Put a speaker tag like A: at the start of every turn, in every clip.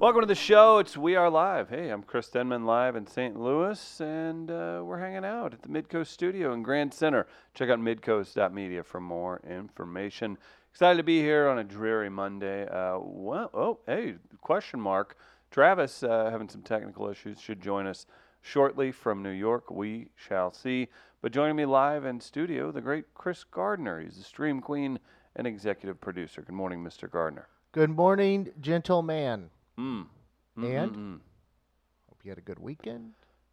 A: Welcome to the show. It's We Are Live. Hey, I'm Chris Denman, live in St. Louis, and uh, we're hanging out at the Midcoast Studio in Grand Center. Check out midcoast.media for more information. Excited to be here on a dreary Monday. Uh, well, oh, hey, question mark. Travis, uh, having some technical issues, should join us shortly from New York. We shall see. But joining me live in studio, the great Chris Gardner. He's the stream queen and executive producer. Good morning, Mr. Gardner.
B: Good morning, gentleman.
A: Mm.
B: And?
A: Mm-mm-mm.
B: Hope you had a good weekend.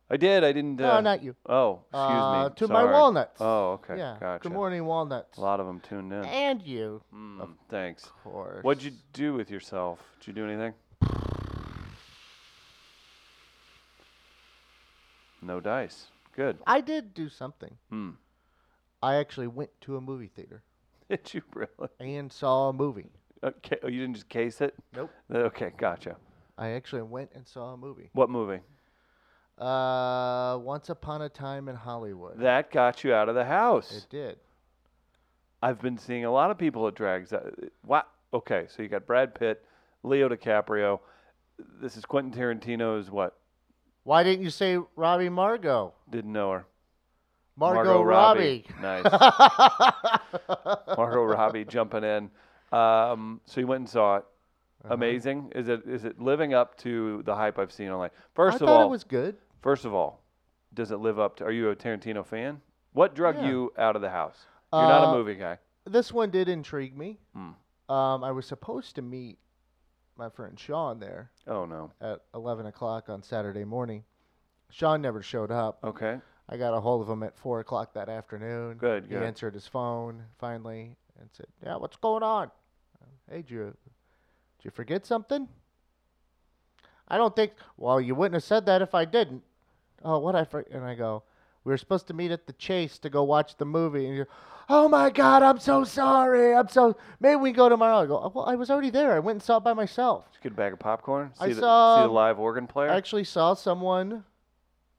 A: I did. I didn't.
B: No,
A: uh,
B: not you.
A: Oh, excuse
B: Uh,
A: me.
B: to my
A: Sorry.
B: walnuts.
A: Oh, okay.
B: yeah.
A: Gotcha.
B: Good morning, walnuts.
A: A lot of them tuned in.
B: And you,
A: Mm, thanks.
B: of course.
A: What'd you do with yourself? Did you do anything? No dice. Good.
B: I did do something.
A: Hmm.
B: I actually went to a movie theater
A: Did you really?
B: and saw a movie.
A: Okay. Oh, you didn't just case it?
B: Nope.
A: Okay, gotcha.
B: I actually went and saw a movie.
A: What movie?
B: Uh, Once Upon a Time in Hollywood.
A: That got you out of the house.
B: it did.
A: I've been seeing a lot of people at drags. Uh, Wow. Okay, so you got Brad Pitt, Leo DiCaprio. This is Quentin Tarantino's what?
B: Why didn't you say Robbie Margot?
A: Didn't know her.
B: Margot,
A: Nice.
B: Robbie.
A: Margot Robbie jumping in. Um, so you went and saw it.
B: Uh-huh.
A: Amazing. Is it is it living up to the hype I've seen online? First
B: I
A: of
B: thought
A: all,
B: it was good.
A: first of all, does it live up to? Are you a Tarantino fan? What drug
B: Yeah.
A: you out of the house? You're not
B: Uh,
A: a movie guy.
B: this one did intrigue me.
A: Mm.
B: Um, I was supposed to meet my friend Sean there
A: Oh no.
B: at 11 o'clock on Saturday morning. Sean never showed up.
A: Okay.
B: I got a hold of him at 4 o'clock that afternoon.
A: Good,
B: He
A: good.
B: answered his phone finally and said, Yeah, what's going on? Hey, did you, did you forget something? I don't think, well, you wouldn't have said that if I didn't. Oh, what I for? And I go, We were supposed to meet at the Chase to go watch the movie. And you Oh my God, I'm so sorry. I'm so, maybe we go tomorrow. I go, "Oh, Well, I was already there. I went and saw it by myself.
A: Just get a bag of popcorn. See
B: I
A: the, see
B: saw-
A: the live organ player.
B: I actually saw someone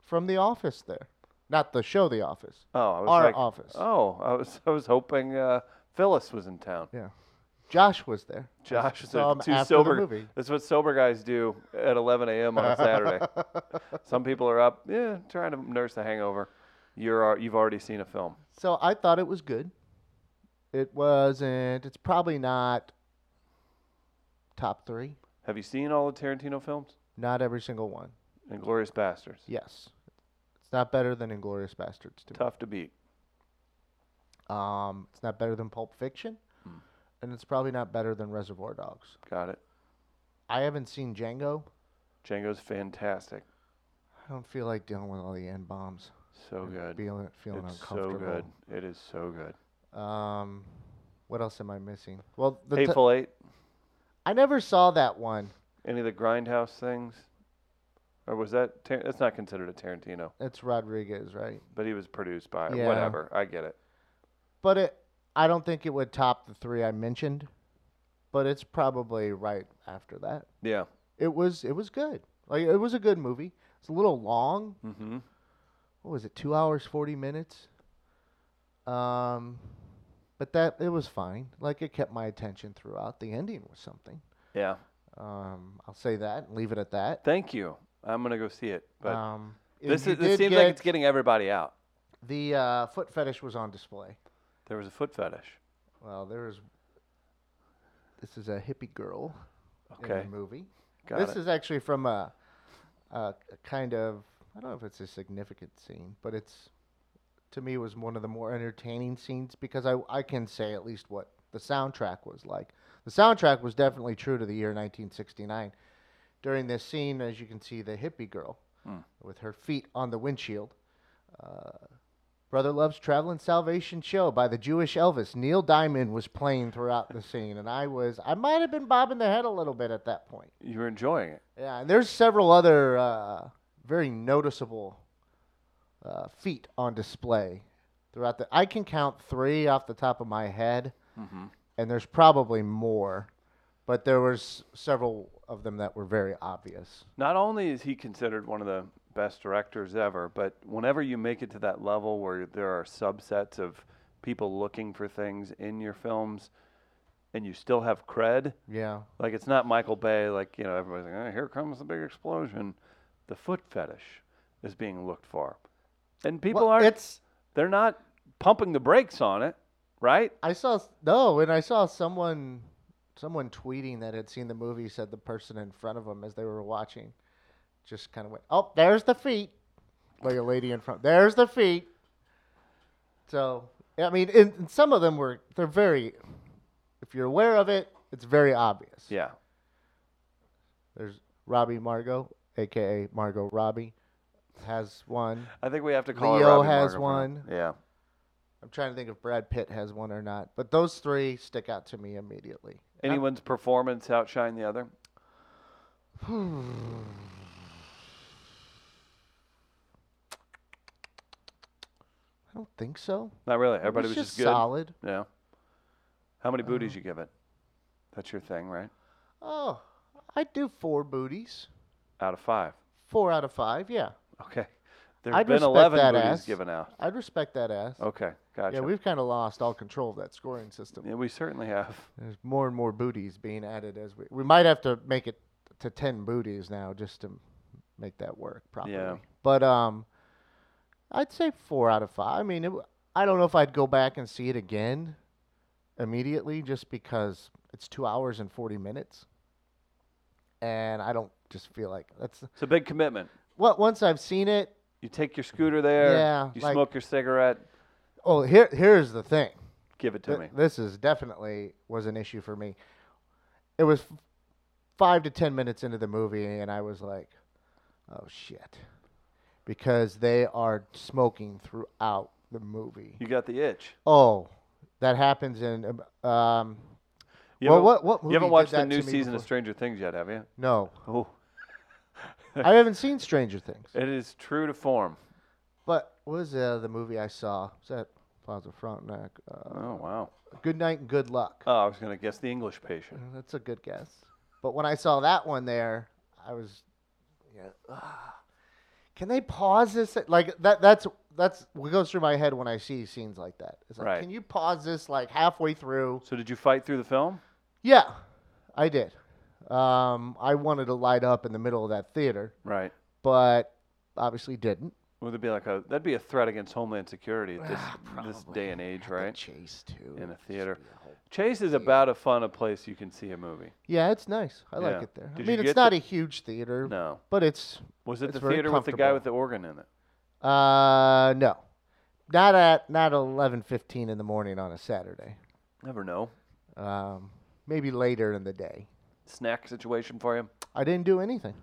B: from The Office there. Not the show The Office.
A: Oh, I was
B: Our
A: like,
B: office.
A: Oh, I was I was hoping uh, Phyllis was in town.
B: Josh was there. I
A: Josh is
B: saw
A: a
B: him
A: two
B: after
A: sober.
B: The movie.
A: That's what sober guys do at 11 a.m. on a Saturday. Some people are up, yeah, trying to nurse a hangover. You're al- you've already seen a film.
B: So I thought it was good. It wasn't. It's probably not top three.
A: Have you seen all the Tarantino films?
B: Not every single one.
A: Inglorious Bastards.
B: Yes, it's not better than Inglorious Bastards to me.
A: Tough to beat.
B: Um, it's not better than Pulp Fiction,
A: Hmm.
B: and it's probably not better than Reservoir Dogs.
A: Got it.
B: I haven't seen Django.
A: Django's fantastic.
B: I don't feel like dealing with all the n bombs.
A: So good.
B: Feeling feeling
A: It's so
B: uncomfortable.
A: good. It is so good.
B: Um, what else am I missing? Well, the t-
A: Hateful Eight.
B: I never saw that one.
A: Any of the Grindhouse things, or was that? Tar- that's not considered a Tarantino,
B: It's Rodriguez, right?
A: but he was produced by
B: Yeah.
A: whatever. I get it.
B: But it, I don't think it would top the three I mentioned. But it's probably right after that.
A: Yeah.
B: It was, it was good. Like it was a good movie. It's a little long.
A: Mm-hmm.
B: What was it? Two hours forty minutes. Um, but that it was fine. Like it kept my attention throughout. The ending was something.
A: Yeah.
B: Um, I'll say that and leave it at that.
A: Thank you. I'm gonna go see it. But
B: um, and
A: this
B: you
A: is, this
B: did
A: seems like it's getting everybody out.
B: the uh, foot fetish was on display.
A: There was a foot fetish.
B: Well, there was. This is a hippie girl in
A: Okay.
B: the movie.
A: Got
B: this
A: it.
B: is actually from a, a a kind of I don't know if it's a significant scene, but it's to me was one of the more entertaining scenes because I I can say at least what the soundtrack was like. The soundtrack was definitely true to the year 1969. During this scene, as you can see, the hippie girl
A: Mm.
B: with her feet on the windshield. Uh, Brother Love's Traveling Salvation Show by the Jewish Elvis. Neil Diamond was playing throughout the scene, and I was, I might have been bobbing the head a little bit at that point.
A: you were enjoying it.
B: Yeah, and there's several other uh, very noticeable uh, feet on display throughout the. I can count three off the top of my head,
A: Mm-hmm.
B: and there's probably more, but there was several of them that were very obvious.
A: Not only is he considered one of the best directors ever, but whenever you make it to that level where there are subsets of people looking for things in your films, and you still have cred.
B: Yeah.
A: Like it's not Michael Bay. Like you know, everybody's like, oh, here comes the big explosion. The foot fetish is being looked for, and people
B: Well,
A: aren't.
B: It's
A: they're not pumping the brakes on it, right?
B: I saw s- no, and I saw someone someone tweeting that had seen the movie said the person in front of them as they were watching just kind of went, "Oh, there's the feet." Like a lady in front. There's the feet. So, I mean, and, and some of them were they're very if you're aware of it, it's very obvious.
A: Yeah.
B: There's Robbie Margot, aka Margot Robbie has one.
A: I think we have to call it.
B: Leo
A: Robbie Margot
B: has
A: for now.
B: one.
A: Yeah.
B: I'm trying to think if Brad Pitt has one or not, but those three stick out to me immediately. And I'm-
A: Anyone's performance outshine the other?
B: I don't think so.
A: Not really.
B: It
A: Everybody was,
B: just,
A: good.
B: solid.
A: Yeah. How many booties
B: Uh,
A: you give it? That's your thing, right?
B: Oh, I do four booties,
A: Out of five.
B: four out of five. Yeah,
A: Okay. There's
B: I'd
A: been
B: respect
A: 11
B: that
A: booties
B: ass.
A: given out.
B: I'd respect that ass.
A: Okay. Oh, Gotcha.
B: Yeah, we've kind of lost all control of that scoring system.
A: Yeah, we certainly have.
B: There's more and more booties being added as we we might have to make it to ten booties now just to make that work properly. But um, I'd say four out of five. I mean, it, w- I don't know if I'd go back and see it again immediately just because it's two hours and forty minutes, and I don't just feel like that's
A: It's a big commitment.
B: well. Once I've seen it,
A: You take your scooter there.
B: Yeah,
A: You
B: like-
A: smoke your cigarette.
B: oh here here's the thing.
A: Give it to
B: Th-
A: me.
B: This is definitely was an issue for me. It was f- five to ten minutes into the movie, and I was like, "Oh shit," because they are smoking throughout the movie.
A: You got the itch.
B: Oh, that happens in um, um.
A: You
B: well,
A: haven't-
B: what what
A: you
B: movie
A: haven't
B: did
A: watched the
B: that to
A: new
B: me
A: season of
B: before?
A: Stranger Things yet, have you?
B: No,
A: Oh,
B: I haven't seen Stranger Things.
A: it is true to form.
B: But what was uh, the movie I saw? Was that Plaza Frontenac? Uh,
A: Oh, wow.
B: Good night and good luck.
A: Oh, I was going to guess the English patient.
B: Uh, That's a good guess. But when I saw that one there, I was, yeah. ah. can they pause this? at- Like that. That's that's what goes through my head when I see scenes like that. It's like,
A: Right.
B: can you pause this like halfway through?
A: So, did you fight through the film?
B: Yeah, I did. Um, I wanted to light up in the middle of that theater,
A: Right.
B: but obviously didn't.
A: Would it be like a that'd be a threat against Homeland Security at this
B: Ah,
A: this
B: probably.
A: day and age,
B: Had to
A: right?
B: Chase too
A: In a
B: Just
A: theater.
B: be a whole-
A: Chase is about as fun a place you can see a movie.
B: Yeah, it's nice. I
A: Yeah.
B: like it there.
A: Did you
B: I mean,
A: get
B: it's not
A: the-
B: a huge theater,
A: No,
B: but it's
A: was it
B: It's
A: the
B: very
A: theater with the guy
B: comfortable.
A: with the organ in it?
B: Uh, no, not at not eleven fifteen in the morning on a Saturday.
A: Never know.
B: Um, maybe later in the day.
A: Snack situation for you.
B: I didn't do anything.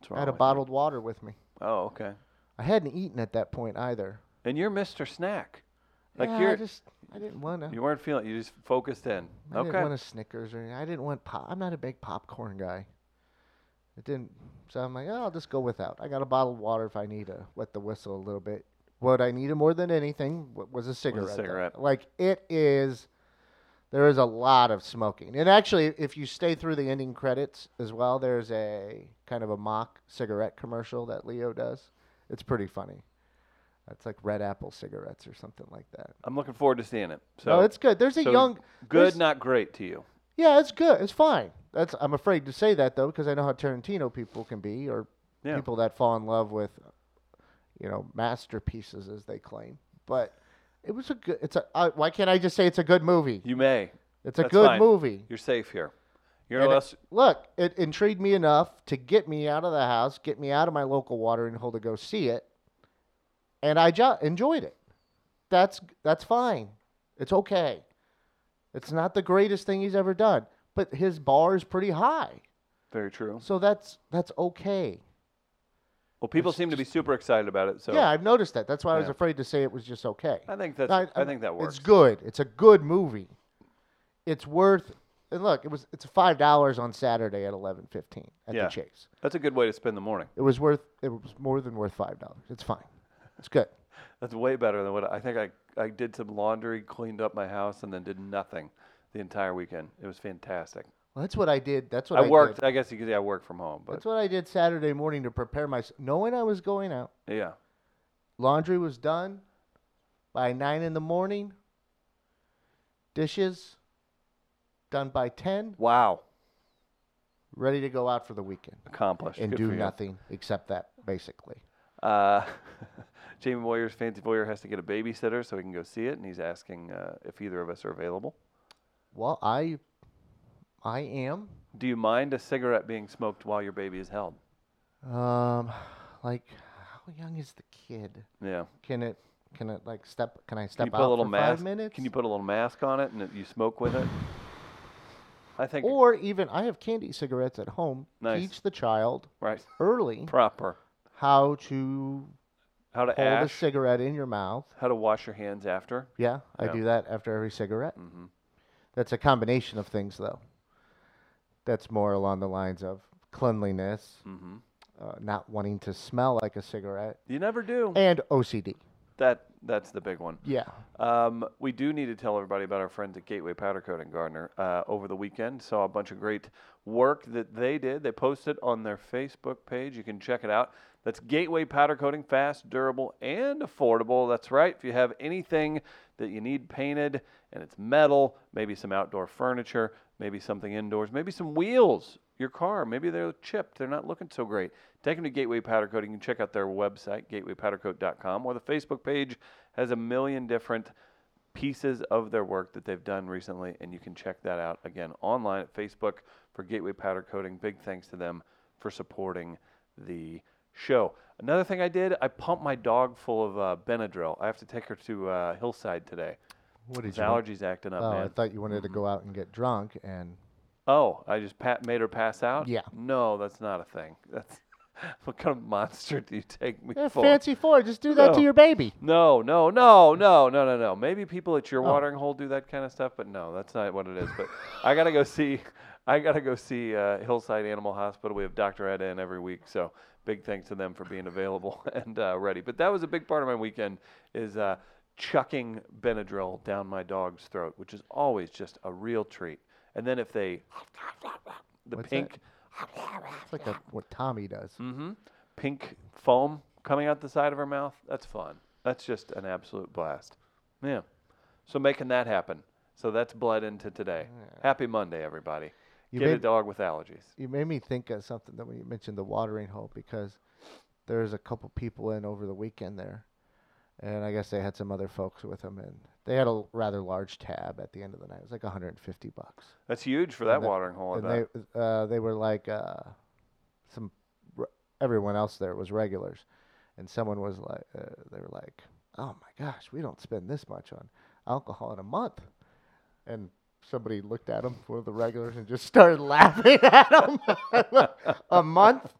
A: What's
B: I had a
A: with you?
B: bottled water with me.
A: Oh, okay.
B: I hadn't eaten at that point either.
A: And you're Mr. Snack. Like
B: yeah, I
A: you're
B: just I didn't want to.
A: you weren't feeling. You just focused in.
B: I
A: Okay.
B: didn't want a Snickers or anything. I didn't want pop. I'm not a big popcorn guy. It didn't. So I'm like, oh, I'll just go without. I got a bottle of water if I need to wet the whistle a little bit. What I needed more than anything wa- was a cigarette. though.
A: cigarette.
B: Like it is. There is a lot of smoking, and actually, if you stay through the ending credits as well, there's a kind of a mock cigarette commercial that Leo does. It's pretty funny. It's like red apple cigarettes or something like that.
A: I'm looking forward to seeing it. So
B: no, it's good. There's a
A: so
B: young,
A: good,
B: there's-
A: not great to you.
B: yeah, it's good. It's fine. That's I'm afraid to say that though because I know how Tarantino people can be or
A: Yeah.
B: people that fall in love with you know masterpieces as they claim. But it was a good it's a I, why can't I just say it's a good movie?
A: You may.
B: It's a
A: that's
B: good
A: fine.
B: movie.
A: You're safe here. You're
B: And it-
A: less.
B: Look, it intrigued me enough to get me out of the house, get me out of my local watering hole to go see it. And I jo- enjoyed it. That's that's fine. It's okay. It's not the greatest thing he's ever done, but his bar is pretty high.
A: Very true.
B: So that's that's okay.
A: Well, people
B: it's
A: seem to be
B: just-
A: super excited about it. So
B: yeah, I've noticed that. That's why I was
A: Yeah.
B: afraid to say it was just okay.
A: I think that's.
B: I-
A: I,
B: I-
A: think that works.
B: It's good. It's a good movie. It's worth and look, it was it's five dollars on Saturday at eleven fifteen at
A: Yeah.
B: the Chase.
A: That's a good way to spend the morning.
B: It was worth it was more than worth five dollars. It's fine. It's good.
A: That's way better than what I I think. I I did some laundry, cleaned up my house, and then did nothing the entire weekend. It was fantastic.
B: Well, that's what I did. That's what
A: I
B: did.
A: worked. I guess you could say I worked from home, but
B: That's what I did Saturday morning to prepare myself, knowing I was going out.
A: yeah,
B: Laundry was done by nine in the morning. Dishes done by 10,
A: Wow.
B: ready to go out for the weekend
A: Accomplished.
B: and
A: Good
B: do
A: for you.
B: nothing except that, basically.
A: Uh, Jamie Boyer's fancy Boyer has to get a babysitter so he can go see it, and he's asking uh, if either of us are available.
B: Well, I, I am,
A: Do you mind a cigarette being smoked while your baby is held?
B: um, like, how young is the kid?
A: Yeah.
B: Can it, can it like step? Can I
A: Can
B: step
A: you
B: out
A: put a little
B: for
A: mask?
B: five minutes?
A: Can you put a little mask on it and it- you smoke with it? I think.
B: or even I have candy cigarettes at home.
A: Nice.
B: Teach the child
A: right.
B: early
A: Proper.
B: how to
A: How to
B: hold a
A: ash?
B: cigarette in your mouth.
A: How to wash your hands after?
B: Yeah, I
A: Yeah.
B: do that after every cigarette.
A: hmm
B: That's a combination of things, though. That's more along the lines of cleanliness,
A: hmm
B: uh, not wanting to smell like a cigarette,
A: You never do.
B: and OCD.
A: That that's the big one.
B: Yeah.
A: Um, we do need to tell everybody about our friends at Gateway Powder Coat and Gardner. Uh, over the weekend, saw a bunch of great work that they did. They posted on their Facebook page. You can check it out. That's Gateway Powder Coating, fast, durable, and affordable. That's right. If you have anything that you need painted and it's metal, maybe some outdoor furniture, maybe something indoors, maybe some wheels, your car, maybe they're chipped, they're not looking so great. Take them to Gateway Powder Coat. You can check out their website, gatewaypowdercoat.com, or the Facebook page has a million different pieces of their work that they've done recently, and you can check that out again online at Facebook for Gateway Powder Coating. Big thanks to them for supporting the show. Another thing I did, I pumped my dog full of uh, Benadryl. I have to take her to uh, Hillside today.
B: What
A: His
B: you? want-
A: allergies acting up,
B: Oh, I
A: man. Mm-hmm.
B: thought you wanted to go out and get drunk, and
A: oh, I just pat- made her pass out.
B: Yeah.
A: No, that's not a thing. That's what kind of monster do you take me
B: Eh,
A: for?
B: fancy four. Just do that
A: No.
B: to your baby.
A: No, no, no, no, no, no, no. Maybe people at
B: Oh.
A: your watering hole do that kind of stuff, but no, that's not what it is. But I gotta go see. I gotta go see uh, Hillside Animal Hospital. We have Dr. Ed in every week, so big thanks to them for being available and uh, ready. But that was a big part of my weekend is uh, chucking Benadryl down my dog's throat, which is always just a real treat. And then if they, the
B: What's that?
A: pink,
B: It's like a, what Tommy does.
A: hmm Pink foam coming out the side of her mouth. That's fun. That's just an absolute blast. Yeah. So making that happen. So that's bled into today. Happy Monday, everybody.
B: You
A: Get a
B: made-
A: dog with allergies.
B: You made me think of something that when you mentioned the watering hole because there's a couple people in over the weekend there, and I guess they had some other folks with them, and they had a l- rather large tab at the end of the night. It was like 150 bucks,
A: That's huge for that
B: that-
A: watering hole. I
B: and
A: bet.
B: they uh, they were like uh, some re- everyone else there was regulars, and someone was like uh, they were like, oh my gosh, we don't spend this much on alcohol in a month, and somebody looked at him, one of the regulars, and just started laughing at him. a month?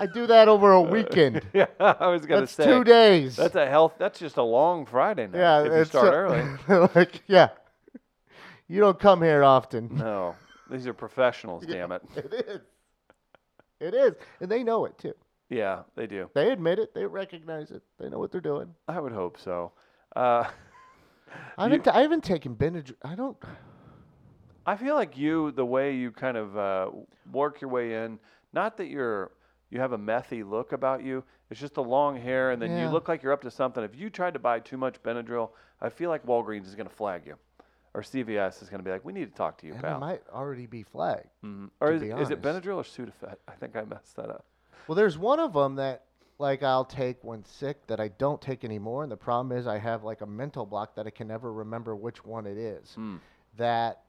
B: I do that over a weekend.
A: yeah, I was gonna
B: That's
A: say
B: two days.
A: that's a health. That's just a long Friday night.
B: yeah,
A: if you
B: it's
A: start
B: a-
A: early.
B: like, yeah. You don't come here often.
A: No, these are professionals. Damn it.
B: It is. It is. And they know it too.
A: Yeah, they do.
B: They admit it. They recognize it. They know what they're doing.
A: I would hope so. Uh,
B: I
A: You-
B: haven't, I haven't taken Benadryl. I don't.
A: I feel like you, the way you kind of uh, work your way in, not that you're you have a methy look about you. It's just the long hair, and then you
B: Yeah.
A: look like you're up to something. If you tried to buy too much Benadryl, I feel like Walgreens is going to flag you, or CVS is going to be like, "We need to talk to you,
B: And I
A: pal."
B: might already be flagged.
A: Mhm. Or
B: to
A: is,
B: be
A: is it
B: honest.
A: Benadryl or Sudafed? I think I messed that up.
B: Well, there's one of them that like I'll take when sick that I don't take anymore, and the problem is I have like a mental block that I can never remember which one it is
A: Mm.
B: that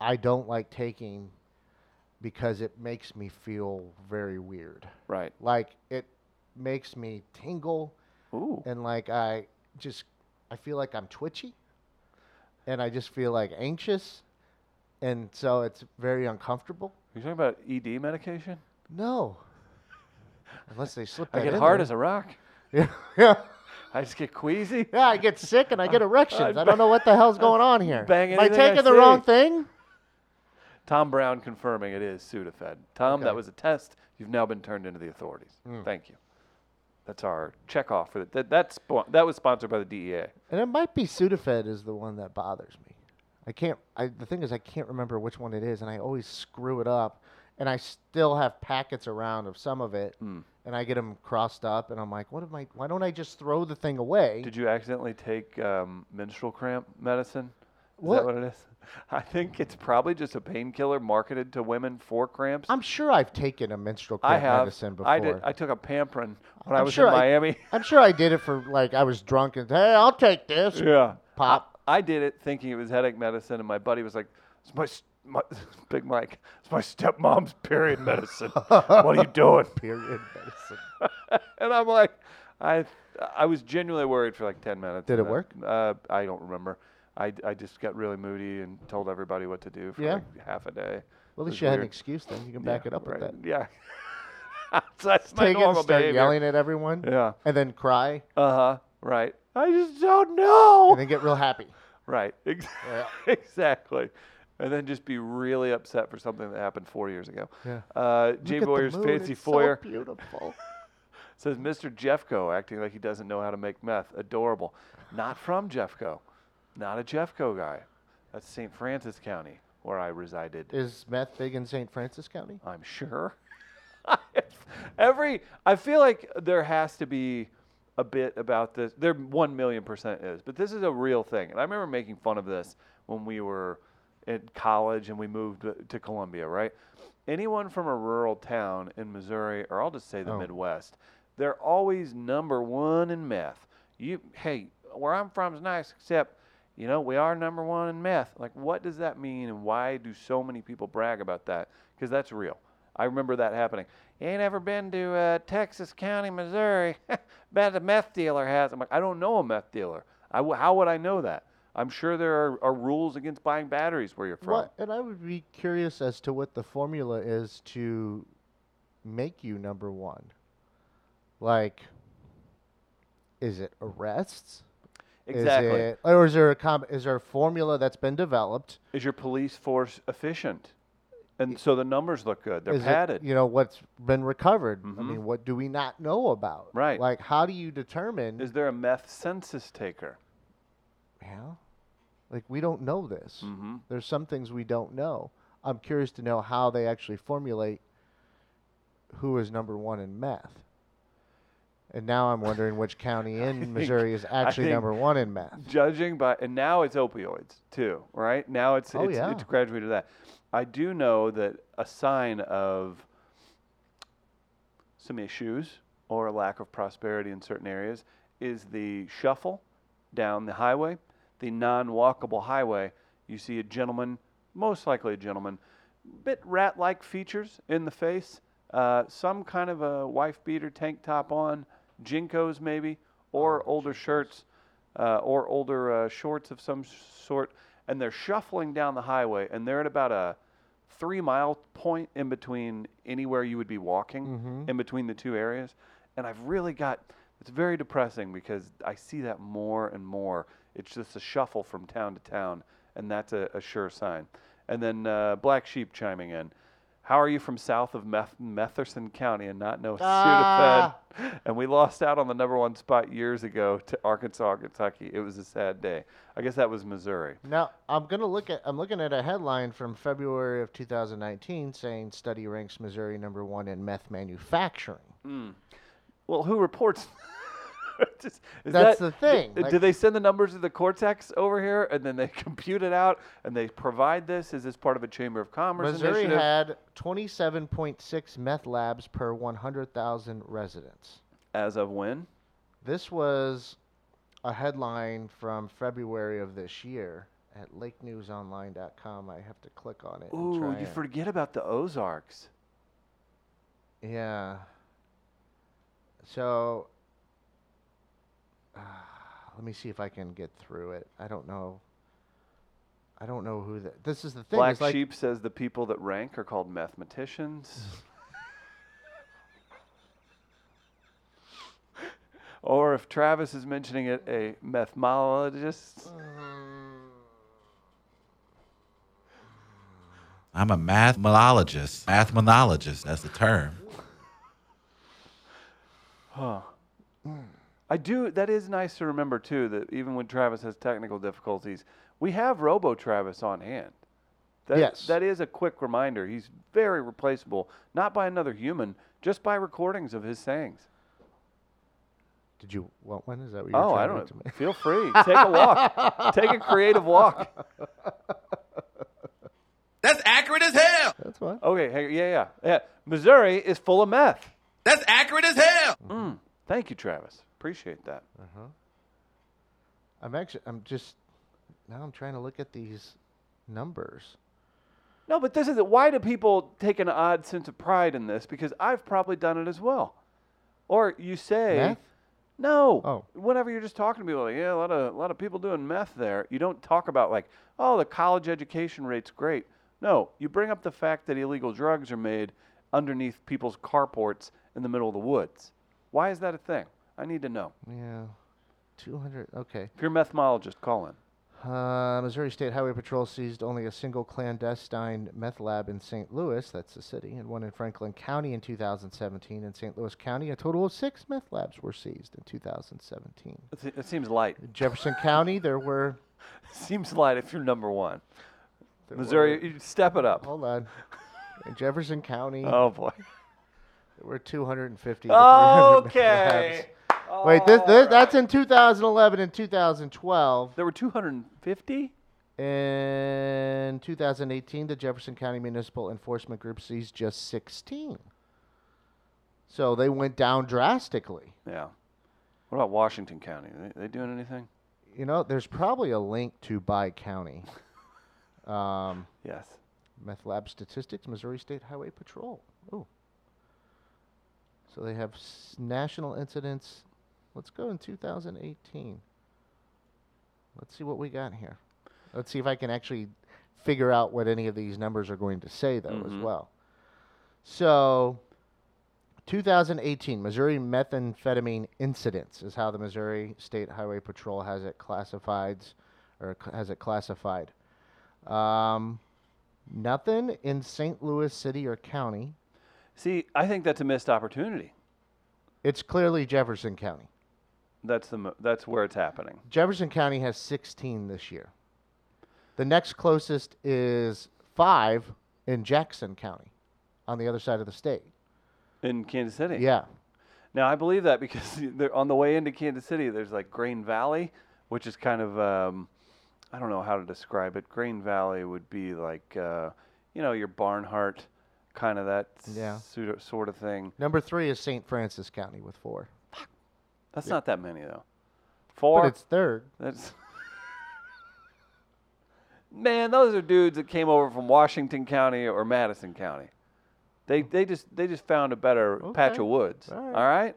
B: I don't like taking because it makes me feel very weird.
A: Right.
B: Like it makes me tingle
A: Ooh.
B: and like I just I feel like I'm twitchy and I just feel like anxious and so it's very uncomfortable.
A: Are you talking about ED medication?
B: No. Unless they slip that
A: I get
B: in
A: hard
B: there.
A: as a rock.
B: Yeah, yeah,
A: I just get queasy.
B: yeah. I get sick and I get erections.
A: I
B: I don't know what the hell's going on here.
A: Bang
B: Am I
A: anything I
B: taking the wrong
A: see.
B: thing?
A: Tom Brown confirming it is Sudafed. Tom, that
B: Okay.
A: was a test. You've now been turned into the authorities.
B: Mm.
A: Thank you. That's our check off for that. That, that's spo- that was sponsored by the E DEA.
B: And it might be Sudafed is the one that bothers me. I can't. I, the thing is, I can't remember which one it is, and I always screw it up. And I still have packets around of some of it,
A: Mm.
B: and I get them crossed up, and I'm like, what am I? Why don't I just throw the thing away?
A: Did you accidentally take um, menstrual cramp medicine? Is that
B: What?
A: what it is? I think it's probably just a painkiller marketed to women for cramps.
B: I'm sure I've taken a menstrual
A: I
B: cramp
A: have.
B: medicine before.
A: I did. I took a Pamprin when i
B: I'm
A: was
B: sure
A: in
B: I-
A: Miami.
B: am sure I did it for like I was drunk and hey, I'll take this.
A: yeah.
B: Pop.
A: I did it thinking it was headache medicine, and my buddy was like, "It's my, s- my Big Mike. It's my stepmom's period medicine. what are you doing?"
B: Period medicine.
A: and I'm like, I I was genuinely worried for like ten minutes.
B: Did
A: and
B: it
A: I-
B: work?
A: Uh, I don't remember. I, I just got really moody and told everybody what to do for
B: Yeah.
A: like half a day. It
B: Well, at
A: was
B: least you had an
A: weird.
B: excuse then. You can back it up
A: right.
B: with that.
A: Yeah. That's- That's my
B: Take it and
A: normal
B: start
A: behavior.
B: yelling at everyone,
A: Yeah.
B: and then cry,
A: Uh huh. Right. I just don't know.
B: and then get real happy.
A: right. Ex-
B: Yeah.
A: exactly. And then just be really upset for something that happened four years ago.
B: Yeah.
A: Uh,
B: Look
A: Jay
B: at the
A: Boyer's
B: moon,
A: fancy
B: it's so
A: foyer
B: beautiful.
A: says Mr. Jeffco acting like he doesn't know how to make meth. Adorable. Not from Jeffco. Not a Jeffco guy. That's St. Francis County where I resided.
B: Is meth big in St. Francis County?
A: I'm sure. Every I feel like there has to be a bit about this. There one million percent is, but this is a real thing. And I remember making fun of this when we were in college and we moved to Columbia. Right? Anyone from a rural town in Missouri, or I'll just say the
B: Oh.
A: Midwest, they're always number one in meth. You hey, where I'm from is nice, except. You know, we are number one in meth. Like, what does that mean, and why do so many people brag about that? Because that's real. I remember that happening. You ain't ever been to uh, Texas County, Missouri, but a meth dealer has. I'm like, I don't know a meth dealer. I w- how would I know that? I'm sure there are, are rules against buying batteries where you're from.
B: What? And I would be curious as to what the formula is to make you number one. Like, is it arrests? Is
A: Exactly. Is,
B: it, or is there a com- is there a formula that's been developed?
A: your police force efficient? And so the numbers look good. They're
B: Is it,
A: padded.
B: you know what's been recovered. I
A: Mhm.
B: mean, what do we not know about?
A: Right.
B: Like, how do you determine?
A: Is there a meth census taker?
B: well, like we don't know this.
A: Mm-hmm.
B: There's some things we don't know. I'm curious to know how they actually formulate who is number one in meth. And now I'm wondering which county in
A: think-
B: Missouri is
A: I
B: actually
A: think-
B: number one in meth.
A: judging by and now it's opioids too right now it's
B: Oh,
A: it's,
B: yeah.
A: it's graduated to that i do know that a sign of some issues or a lack of prosperity in certain areas is the shuffle down the highway the non-walkable highway you see a gentleman most likely a gentleman bit rat-like features in the face uh, some kind of a wife beater tank top on jinkos maybe or older shirts uh, or older uh, shorts of some sort, and they're shuffling down the highway, and they're at about a three mile point in between anywhere you would be walking,
B: Mhm.
A: in between the two areas. And I've really got it's very depressing because I see that more and more. It's just a shuffle from town to town, and that's a, a sure sign. And then uh, Black Sheep chiming in. How are you from south of Meth- Metherson County and not know Sudafed?
B: Ah.
A: And we lost out on the number one spot years ago to Arkansas, Kentucky. It was a sad day. I guess that was Missouri.
B: Now I'm gonna look at I'm looking at a headline from February of 2019 saying study ranks Missouri number one in meth manufacturing.
A: Well, who reports? Just- is
B: That's
A: that-
B: the thing,
A: d-
B: like-
A: do they send the numbers to the Cortex over here, and then they compute it out, and they provide this? Is this part of a Chamber of Commerce
B: Missouri
A: initiative?
B: had 27.6 meth labs per 100,000 residents.
A: As of when?
B: This was a headline from February of this year at lakenewsonline.com. I have to click on it. and
A: Ooh,
B: try
A: you
B: and-
A: forget about the Ozarks.
B: Yeah. So, uh, let me see if I can get through it. I don't know. I don't know who that. This is the thing.
A: Black
B: it's like,
A: Sheep says the people that rank are called mathematicians. or if Travis is mentioning it, a mathemologist.
C: I'm a mathemologist. Mathemologist, that's the term.
A: Huh. I do. That is nice to remember too. That even when Travis has technical difficulties, we have Robo Travis on hand. That,
B: Yes.
A: That is a quick reminder. He's very replaceable, not by another human, just by recordings of his sayings.
B: Did you want one? Is that what you're
A: Oh, I
B: trying to
A: don't.
B: do to
A: Feel free. Take a walk. Take a creative walk.
C: That's accurate as hell.
B: That's fine.
A: Okay, hey, yeah, yeah, yeah. Missouri is full of meth.
C: That's accurate as hell.
A: Mm. Thank you, Travis. Appreciate that.
B: I'm actually. I'm just. Now I'm trying to look at these numbers.
A: No, but this is it. Why do people take an odd sense of pride in this? Because I've probably done it as well. Or you say,
B: Meth?
A: no.
B: Oh.
A: Whenever you're just talking to people, like, yeah, a lot of a lot of people doing meth there. You don't talk about like, oh, the college education rate's great. No, you bring up the fact that illegal drugs are made underneath people's carports in the middle of the woods. Why is that a thing? I need to know.
B: Yeah. 200. Okay.
A: If you're a methmologist, call in.
B: Uh, Missouri State Highway Patrol seized only a single clandestine meth lab in St. Louis, that's the city, and one in Franklin County in 2017. In St. Louis County, a total of six meth labs were seized in 2017.
A: It, se- it seems light.
B: In Jefferson County, there were.
A: seems light if you're number one.
B: there
A: Missouri, you step it
B: were- Oh.
A: up.
B: hold on. In Jefferson County,
A: Oh boy.
B: there were 250. to 300 meth
A: Okay.
B: labs. Wait, this, this, that's in 2011 and 2012.
A: There were 250?
B: In 2018, the Jefferson County Municipal Enforcement Group seized just 16. So they went down drastically.
A: Yeah. What about Washington County? They, they doing anything?
B: You know, there's probably a link to by county. Um,
A: Yes.
B: meth lab statistics, Missouri State Highway Patrol. Ooh. So they have s- national incidents. Let's go in 2018. Let's see what we got here. Let's see if I can actually figure out what any of these numbers are going to say, though,
A: Mhm.
B: as well. So, 2018 Missouri methamphetamine incidents is how the Missouri State Highway Patrol has it classified, or c- has it classified. Um, nothing in St. Louis City or County.
A: See, I think that's a missed opportunity.
B: It's clearly Jefferson County.
A: That's the mo- that's where it's happening.
B: Jefferson County has 16 this year. The next closest is five in Jackson County, on the other side of the state.
A: In Kansas City.
B: Yeah.
A: Now, I believe that because they're on the way into Kansas City, there's like Grain Valley, which is kind of, um, I don't know how to describe it. Grain Valley would be like, uh, you know, your Barnhart, kind of that
B: Yeah.
A: sort of- sort of thing.
B: Number three is St. Francis County with four.
A: That's not that many though. Four.
B: but it's third.
A: that's man. Those are dudes that came over from Washington County or Madison County. They they just they just found a better patch
B: Okay.
A: of woods.
B: All right.
A: All right.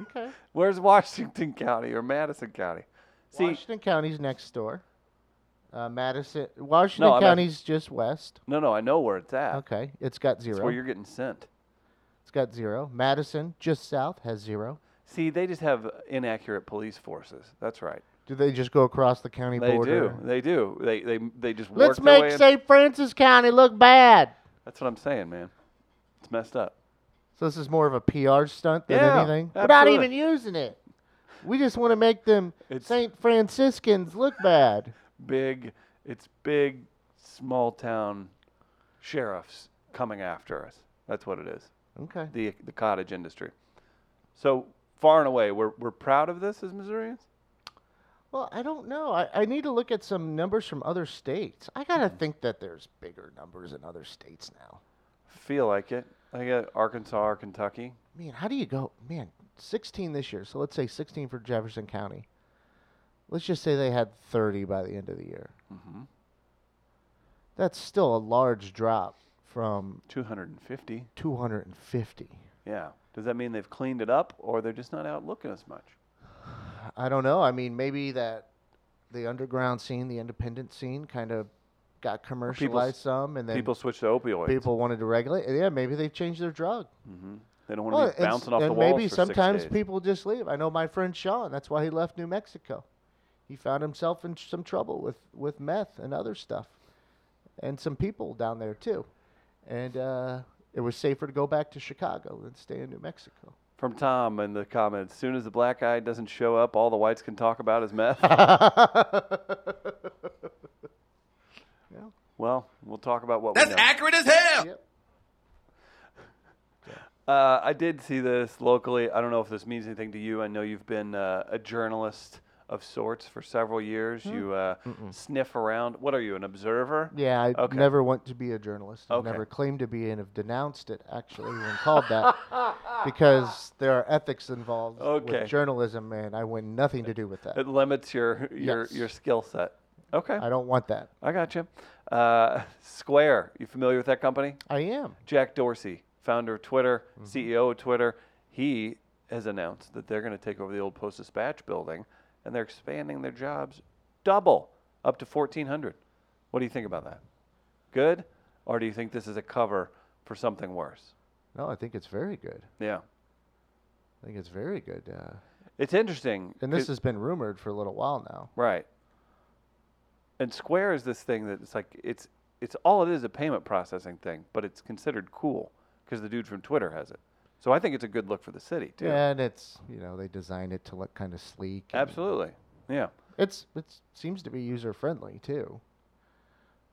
B: Okay.
A: Where's Washington County or Madison County? See,
B: Washington County's next door. Uh, Madison. Washington
A: I meant-
B: County's just west.
A: no, no, I know where it's at.
B: Okay. It's got
A: It's
B: zero.
A: where you're getting sent.
B: it's got zero. Madison, just south, has zero.
A: See, they just have inaccurate police forces. That's right.
B: Do they just go across the county
A: They
B: border?
A: do. They do. They they they just work
B: Let's
A: their way
B: make
A: in.
B: St. Francis County look bad.
A: That's what I'm saying, man. It's messed up.
B: So this is more of a PR stunt than
A: Yeah,
B: anything. We're not
A: absolutely.
B: even using it. We just want to make them
A: It's-
B: St. Franciscans look bad.
A: big it's big small town sheriffs coming after us that's what it is
B: Okay.
A: the the cottage industry so far and away we're, we're proud of this as missourians
B: Well, I don't know. I, I need to look at some numbers from other states. I gotta
A: Mm-hmm.
B: think that there's bigger numbers in other states now.
A: feel like it i got arkansas or kentucky
B: Man, how do you go? Man, 16 this year. So let's say 16 for Jefferson County. Let's just say they had 30 by the end of the year.
A: hmm
B: That's still a large drop from
A: 250
B: 250.
A: yeah does that mean they've cleaned it up or they're just not out looking as much
B: I don't know. I mean, maybe that the underground scene, the independent scene, kind of got commercialized some, and then
A: people switch to opioids
B: people wanted to regulate. Yeah, maybe they changed their drug.
A: hmm they don't want
B: Well,
A: to be bouncing off
B: and
A: the walls
B: maybe
A: for
B: sometimes
A: six days.
B: people just leave. I know my friend Sean. That's why he left New Mexico. He found himself in some trouble with with meth and other stuff, and some people down there too. And uh, it was safer to go back to Chicago than stay in New Mexico.
A: from tom in the comments soon as the black guy doesn't show up all the whites can talk about is meth Well, we'll talk about what
C: That's
A: we know.
C: accurate as hell.
B: Yep.
A: uh, I did see this locally. I don't know if this means anything to you. I know you've been uh, a journalist of sorts for several years. You uh, sniff around. What are you, an observer?
B: Hmm? Yeah, I
A: Okay.
B: never want to be a journalist. I've
A: Okay.
B: never claimed to be and have denounced it actually when called that because there are ethics involved
A: Okay.
B: with journalism and I want nothing to do with that.
A: It limits your your,
B: Yes.
A: your skill set. Okay,
B: I don't want that.
A: I got you. Uh, Square, you familiar with that company?
B: I am.
A: Jack Dorsey, founder of Twitter,
B: Mm-hmm.
A: CEO of Twitter, he has announced that they're going to take over the old Post Dispatch building and they're expanding their jobs double up to 1,400. What do you think about that? Good? Or do you think this is a cover for something worse?
B: No, I think it's very good.
A: Yeah.
B: I think it's very good. Uh,
A: It's interesting.
B: and
A: 'cause-
B: this has been rumored for a little while now.
A: Right. And Square is this thing that it's like it's it's all it is a payment processing thing, but it's considered cool because the dude from Twitter has it. So I think it's a good look for the city too.
B: Yeah, and it's you know they designed it to look kind of sleek. and
A: Absolutely. Yeah.
B: It's it seems to be user friendly too.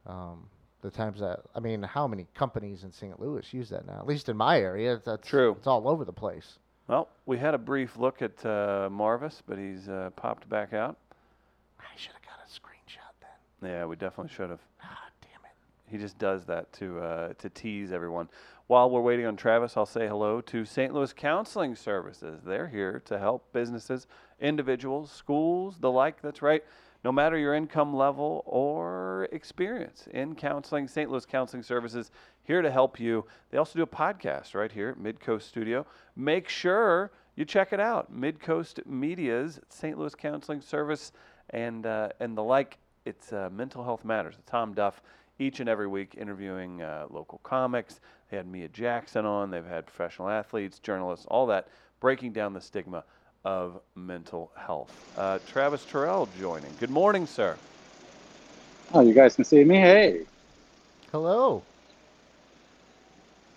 B: Um, the times that I mean, how many companies in St. Louis use that now? At least in my area, that's
A: True.
B: It's all over the place.
A: Well, we had a brief look at uh, Marvis, but he's uh, popped back out.
B: I should have got a screenshot then.
A: Yeah, we definitely should have.
B: Ah, damn it.
A: He just does that to uh, to tease everyone. While we're waiting on Travis, I'll say hello to St. Louis Counseling Services. They're here to help businesses, individuals, schools, the like. That's right. No matter your income level or experience in counseling, St. Louis Counseling Services here to help you. They also do a podcast right here at Midcoast Studio. Make sure you check it out. Midcoast Media's St. Louis Counseling Service and uh, and the like. It's uh, Mental Health Matters. Tom Duff each and every week interviewing uh, local comics. They had Mia Jackson on. They've had professional athletes, journalists, all that, breaking down the stigma of mental health. Uh, Travis Terrell joining. Good morning, sir.
D: Oh, you guys can see me. Hey,
B: Hello.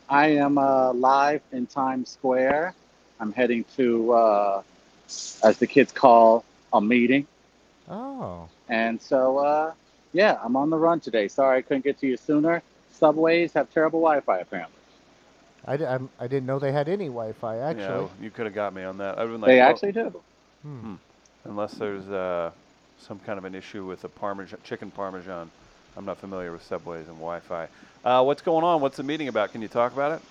D: I am uh, live in Times Square. I'm heading to, uh, as the kids call, a meeting.
B: Oh,
D: And so, uh, yeah, I'm on the run today. Sorry I couldn't get to you sooner. Subways have terrible Wi-Fi apparently.
B: I, di- I'm- I didn't know they had any Wi-Fi actually.
A: you, know, you could have got me on that. I've been like,
D: they
A: oh,
D: actually do.
B: Hmm.
A: unless there's uh, some kind of an issue with the parmesan, chicken parmesan. I'm not familiar with subways and Wi-Fi. Uh, what's going on? What's the meeting about? Can you talk about it?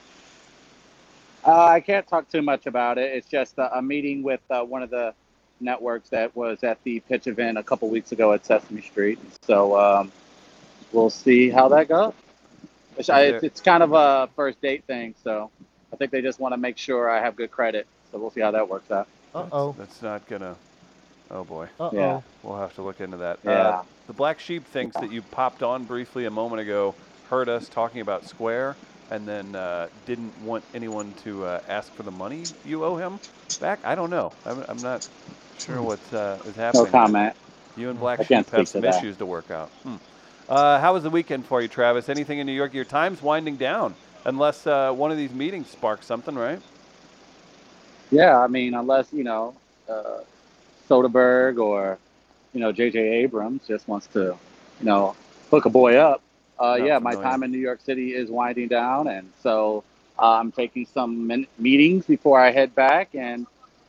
D: Uh, I can't talk too much about it. It's just uh, a meeting with uh, one of the networks that was at the pitch event a couple weeks ago at Sesame Street. So um, we'll see how that goes. Which I,
A: Is
D: it's,
A: it-
D: it's kind of a first date thing, so I think they just want to make sure I have good credit. So we'll see how that works out.
B: Uh
A: That's-
B: oh.
A: That's not gonna. Oh boy,
B: Uh
D: yeah.
B: oh.
A: we'll have to look into that.
D: Yeah.
A: Uh, The black sheep thinks that you popped on briefly a moment ago, heard us talking about Square, and then uh, didn't want anyone to uh, ask for the money you owe him back. I don't know. I'm, I'm not sure what uh, is happening.
D: no comment.
A: You and black
D: I can't
A: sheep have
D: speak
A: some
D: to that.
A: issues to work out. Hmm. Uh, how was the weekend for you, Travis? Anything in New York? Your time's winding down, unless uh, one of these meetings sparks something, right?
D: Yeah, I mean, unless you know uh, Soderbergh or you know J.J. Abrams just wants to, you know, hook a boy up. Uh,
A: Not
D: yeah, my
A: familiar.
D: time in New York City is winding down, and so uh, I'm taking some min- meetings before I head back and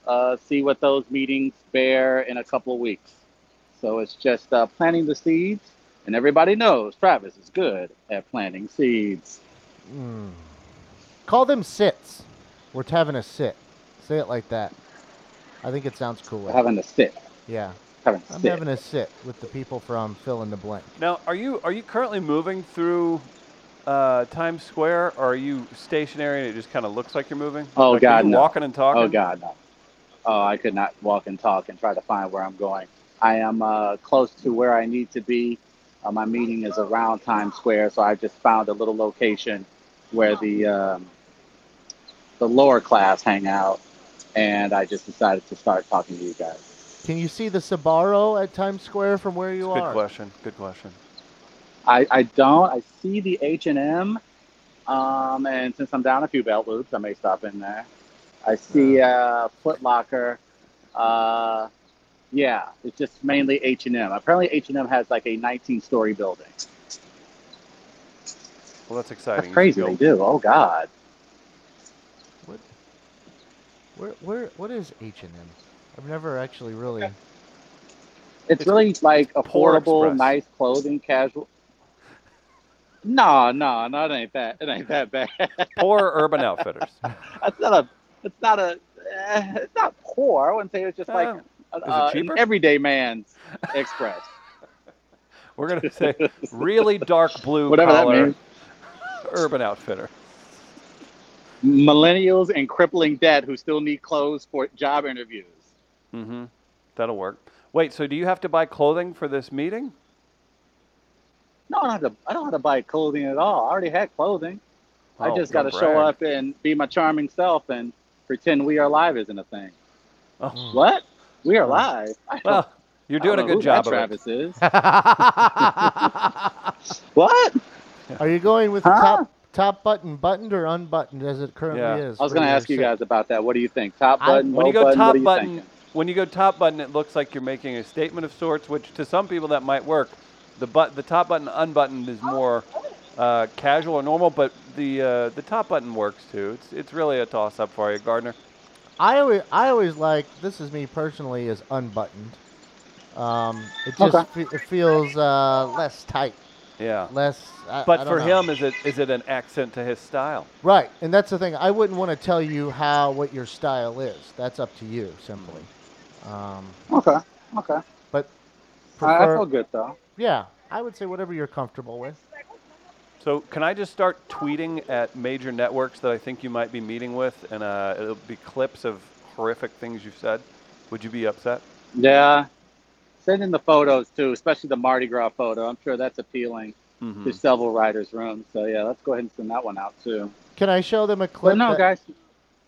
D: uh, see what those meetings bear in a couple of weeks. So it's just uh, planting the seeds, and everybody knows Travis is good at planting seeds.
B: Mm. Call them sits. We're having a sit. Say it like that. I think it sounds cooler.
D: Having to sit,
B: yeah.
D: having to
B: I'm
D: sit.
B: having a sit with the people from fill in the blank.
A: Now, are you are you currently moving through uh, Times Square, or are you stationary and it just kind of looks like you're moving?
D: Oh,
A: Like, are
D: God,
A: you
D: no.
A: walking and talking.
D: Oh God, no! Oh, I could not walk and talk and try to find where I'm going. I am uh, close to where I need to be. Uh, my meeting is around Times Square, so I just found a little location where the um, the lower class hang out, and I just decided to start talking to you guys.
B: Can you see the Sabaro at Times Square from where you
A: It's a
B: are?
A: good question. Good question.
D: I, I don't. I see the H and M, um, and since I'm down a few belt loops, I may stop in there. I see uh, Foot Locker. Uh, yeah, it's just mainly H and M. Apparently, H and M has like a 19-story building.
A: Well, that's
D: That's
A: exciting. You should
D: crazy.
A: go-
D: They do. Oh God.
B: What? Where, where, what is H and M? I've never actually really.
D: It's, really like affordable,
A: Express.
D: nice clothing, casual. No, no, no, it ain't that. It ain't that bad.
A: Poor Urban Outfitters.
D: it's not a. It's not a. eh, It's not poor. I wouldn't say it's just like
A: Uh,
D: uh,
A: it
D: an
A: cheaper?
D: everyday man's express.
A: We're gonna say really dark blue
D: Whatever that
A: collar
D: means.
A: Urban Outfitter.
D: Millennials and crippling debt who still need clothes for job interviews.
A: Mm-hmm. That'll work. Wait, so do you have to buy clothing for this meeting?
D: No, I don't have to. I don't have to buy clothing at all. I already had clothing. I
A: Oh,
D: just
A: no
D: got to show
A: brag.
D: up and be my charming self and pretend we are live isn't a thing.
A: Oh,
D: What? We are
A: Oh.
D: live. I don't-
A: well, you're
D: I don't
A: doing a
D: know
A: good
D: who that
A: job of it.
D: Travis is.
B: Are
D: What?
B: you going with
D: Huh?
B: top top button buttoned or unbuttoned as it currently
A: Yeah.
B: is?
D: I was
B: for
D: going to
B: your
D: ask you
B: sit?
D: guys about that. What do you think? Top
B: I-
D: button,
A: When
D: low
A: you go
D: button. what
A: top
D: are you
A: button,
D: thinking?
A: when you go top button, it looks like you're making a statement of sorts, which to some people that might work. The but the top button unbuttoned is more uh, casual or normal, but the uh, the top button works too. It's it's really a toss up for you, Gardner.
B: I always, I always like this is me personally is unbuttoned. Um, it just
D: Okay.
B: fe- it feels uh, less tight,
A: Yeah.
B: less. I, I
A: But
B: don't
A: for
B: know.
A: him, is it is it an accent to his style?
B: right? And that's the thing. I wouldn't want to tell you how what your style is. That's up to you, simply. Um,
D: Okay. Okay.
B: but
D: I, I
B: prefer-
D: feel good though.
B: yeah, I would say whatever you're comfortable with.
A: So can I just start tweeting at major networks that I think you might be meeting with, and uh, it'll be clips of horrific things you've said? Would you be upset?
D: Yeah. Send in the photos too, especially the Mardi Gras photo. I'm sure that's appealing
A: Mm-hmm.
B: Hmm.
D: to several writers' rooms. So yeah, let's go ahead and send that one out too.
B: Can I show them a
D: But
B: clip
D: no,
B: that,
D: guys.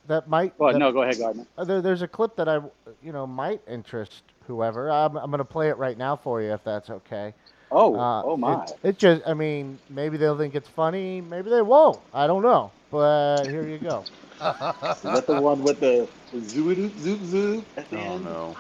B: that might?
D: Well,
B: that-
D: no, go ahead, Gardner.
B: uh, there, there's a clip that I, w- you know, might interest whoever. I'm, I'm gonna play it right now for you if that's okay.
D: Oh,
B: Uh,
D: oh my.
B: It, it just, I mean, maybe they'll think it's funny. Maybe they won't. I don't know. But here you go.
E: Is
D: Is that the one with the zoop zoop zoop at the
A: Oh
D: end?
A: no!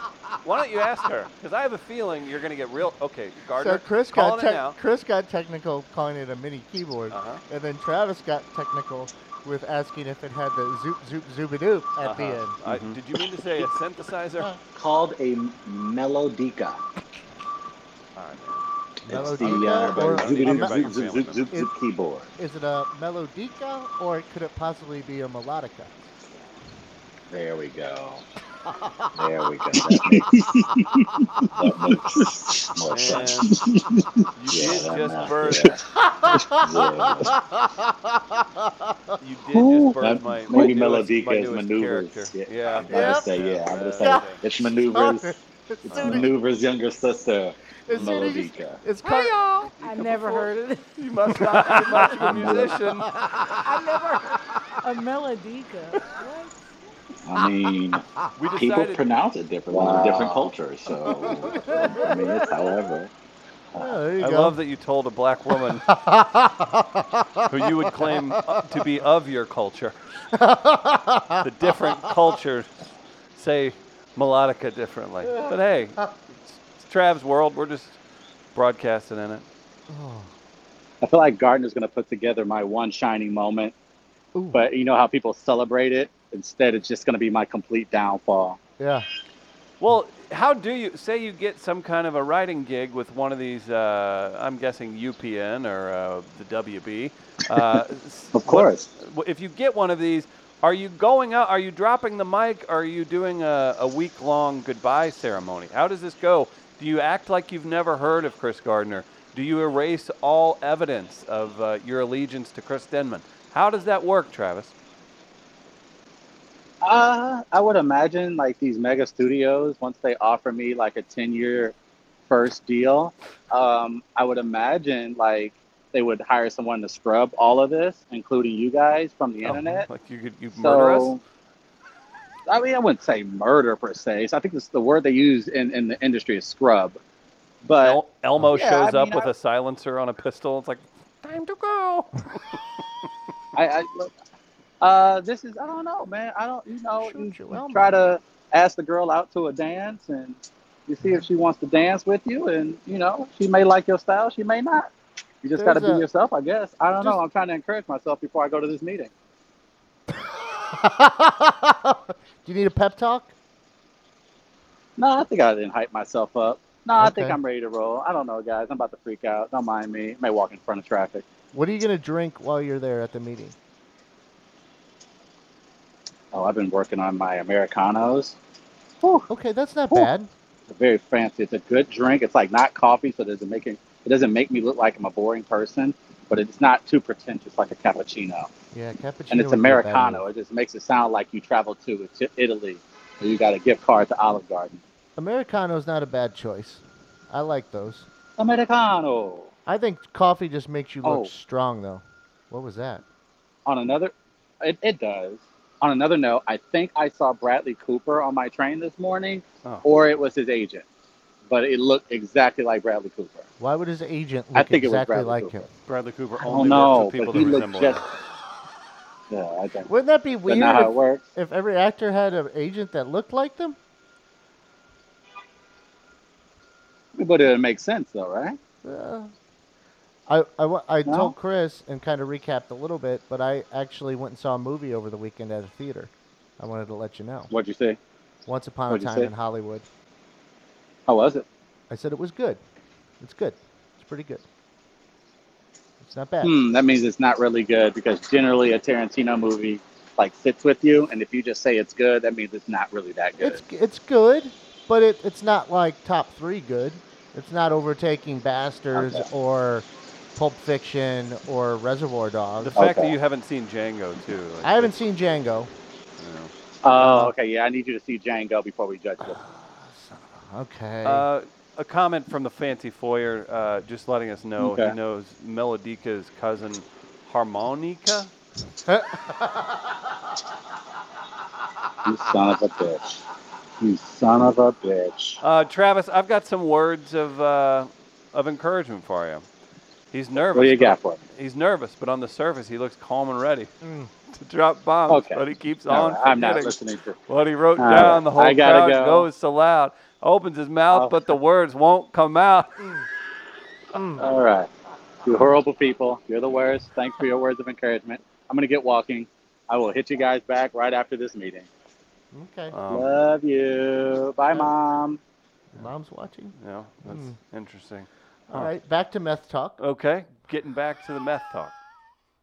A: Why don't you ask her? Because I have a feeling you're gonna get real. Okay, Gardner.
B: so Chris
A: calling it
B: got tec-
A: now.
B: Chris got technical calling it a mini keyboard,
A: Uh-huh.
B: and then Travis got technical with asking if it had the zoop zoop zooby doop at the end.
A: Uh-huh. I,
D: Mhm.
A: did you mean to say a synthesizer? All
E: Called a melodica.
A: right.
E: It's the
B: Melodica
E: uh,
B: or
A: I don't
E: zoop,
A: even know
E: zoop,
A: about your
E: zoop,
A: family
E: zoop, zoop, zoop,
B: members.
E: zoop keyboard.
B: is it a melodica or could it possibly be a melodica?
E: There we go. There we go. That makes, that makes more
A: Man,
E: sense.
A: you did
E: that
A: just
E: math,
A: birth.
E: yeah. Yeah.
A: You did just birth
E: That-
A: my my
E: maybe
A: newest,
E: Melodica
A: my
E: is
A: newest
E: maneuvers.
A: character.
E: Yeah,
A: Yeah.
E: I'm
A: yeah.
E: gonna say, yeah, I'm gonna say
A: Yeah.
E: it's maneuvers. It's
B: soon as-
E: maneuvers younger sister,
B: as soon as you-
E: Melodica.
B: It's car-
F: I never heard of it.
A: You must not be much of a musician.
F: I never heard a melodica. What?
E: I mean,
A: We
E: people
A: decided.
E: pronounce it differently
D: Wow.
E: in different cultures. So, I mean, it's however.
B: Yeah, there you
A: I
B: go.
A: love that you told a black woman who you would claim uh, to be of your culture. the different cultures say melodica differently. But hey, it's, it's Trav's world. We're just broadcasting in it.
B: Oh.
D: I feel like Gardner's going to put together my one shining moment,
B: Ooh.
D: but you know how people celebrate it? Instead, it's just going to be my complete downfall.
B: yeah.
A: Well, how do you say you get some kind of a writing gig with one of these? Uh, I'm guessing UPN or uh, the WB. Uh, s-
D: Of
A: what-
D: course.
A: w- if you get one of these, are you going out? Are you dropping the mic? Are you doing a, a week long goodbye ceremony? How does this go? Do you act like you've never heard of Chris Gardner? Do you erase all evidence of uh, your allegiance to Chris Denman? How does that work, Travis?
D: Uh, I would imagine like these mega studios, once they offer me like a 10 year first deal, um, I would imagine like they would hire someone to scrub all of this, including you guys from the
A: Oh,
D: internet.
A: like you could you murder us?
D: I mean, I wouldn't say murder per se. So I think this, the word they use in, in the industry is scrub. But
A: El- Elmo
D: Yeah,
A: shows
D: I
A: up
D: mean,
A: with
D: I-
A: a silencer on a pistol. It's like time to go.
D: I, I look, uh, this is I don't know, man. I don't, you know,
B: Shoot
D: you
B: you, Elmo.
D: try to ask the girl out to a dance and you see if she wants to dance with you, and you know, she may like your style, she may not. You just got to be
B: There's a-
D: yourself, I guess. I don't know.
B: Just-
D: I'm trying to encourage myself before I go to this meeting.
B: Do you need a pep talk?
D: No, I think I didn't hype myself up. No, I think
B: Okay.
D: I'm ready to roll. I don't know, guys. I'm about to freak out. Don't mind me. May walk in front of traffic.
B: What are you gonna drink while you're there at the meeting?
D: Oh, I've been working on my Americanos.
B: Okay, that's not
D: Ooh.
B: bad.
D: It's a very fancy. It's a good drink. It's like not coffee, so it doesn't make it, it doesn't make me look like I'm a boring person, but it's not too pretentious like a cappuccino.
B: Yeah, cappuccino.
D: and it's
B: would be a bad
D: Americano.
B: move.
D: It just makes it sound like you traveled to to Italy and you got a gift card to Olive Garden.
B: Americano's not a bad choice. I like those.
D: Americano.
B: I think coffee just makes you look
D: Oh.
B: strong, though. What was that?
D: On another, it, it does. On another note, I think I saw Bradley Cooper on my train this morning,
A: Oh.
D: or it was his agent, but it looked exactly like Bradley Cooper.
B: Why would his agent look
D: I think it was
B: exactly
D: Bradley
B: like
D: Cooper.
B: him?
A: Bradley Cooper
D: I
A: only
D: don't know,
A: works with people
D: but
A: that
D: he looked
A: resemble
D: just.
A: him.
D: Yeah, I don't.
B: Wouldn't that be
D: But
B: weird
D: not how it
B: if,
D: works.
B: if every actor had an agent that looked like them?
D: But it makes sense though, right?
B: Uh, I, I, wa- I
D: No?
B: told Chris and kind of recapped a little bit, but I actually went and saw a movie over the weekend at a theater. I wanted to let you know.
D: What'd you say?
B: Once Upon
D: What'd
B: a
D: you
B: Time
D: say?
B: in Hollywood.
D: How was it?
B: I said it was good. It's good. It's pretty good. It's not bad.
D: Hmm, that means it's not really good because generally a Tarantino movie like sits with you, and if you just say it's good, that means it's not really that good.
B: It's it's good, but it, it's not like top three good. It's not overtaking Bastards
D: Okay.
B: or Pulp Fiction or Reservoir Dogs.
A: The fact that
D: Okay.
A: you haven't seen Django too. like,
B: I haven't seen Django.
A: you know.
D: Oh, okay. Yeah, I need you to see Django before we judge this.
B: Son of a- Okay.
A: Uh, a comment from the fancy foyer, uh, just letting us know
D: Okay.
A: he knows Melodica's cousin, Harmonica.
D: You son of a bitch. You son of a bitch.
A: Uh, Travis, I've got some words of uh, of encouragement for you. He's nervous.
D: What do you
A: but-
D: got for me?
A: He's nervous, but on the surface, he looks calm and ready
B: Mm.
A: to drop bombs.
D: Okay.
A: But he keeps
D: No,
A: on
D: I'm not
A: forgetting
D: listening to.
A: what he wrote
D: All
A: down.
D: right.
A: The whole
D: I
A: crowd
D: gotta go.
A: goes so loud, opens his mouth,
D: Oh.
A: but the words won't come out.
B: Mm.
D: All right. You horrible people. You're the worst. Thanks for your words of encouragement. I'm gonna get walking. I will hit you guys back right after this meeting.
B: Okay.
A: Um,
D: Love you. Bye, mom.
B: Mom's watching.
A: yeah, that's
B: Mm.
A: interesting.
B: All
A: Huh.
B: right. Back to meth talk.
A: Okay, getting back to the meth talk.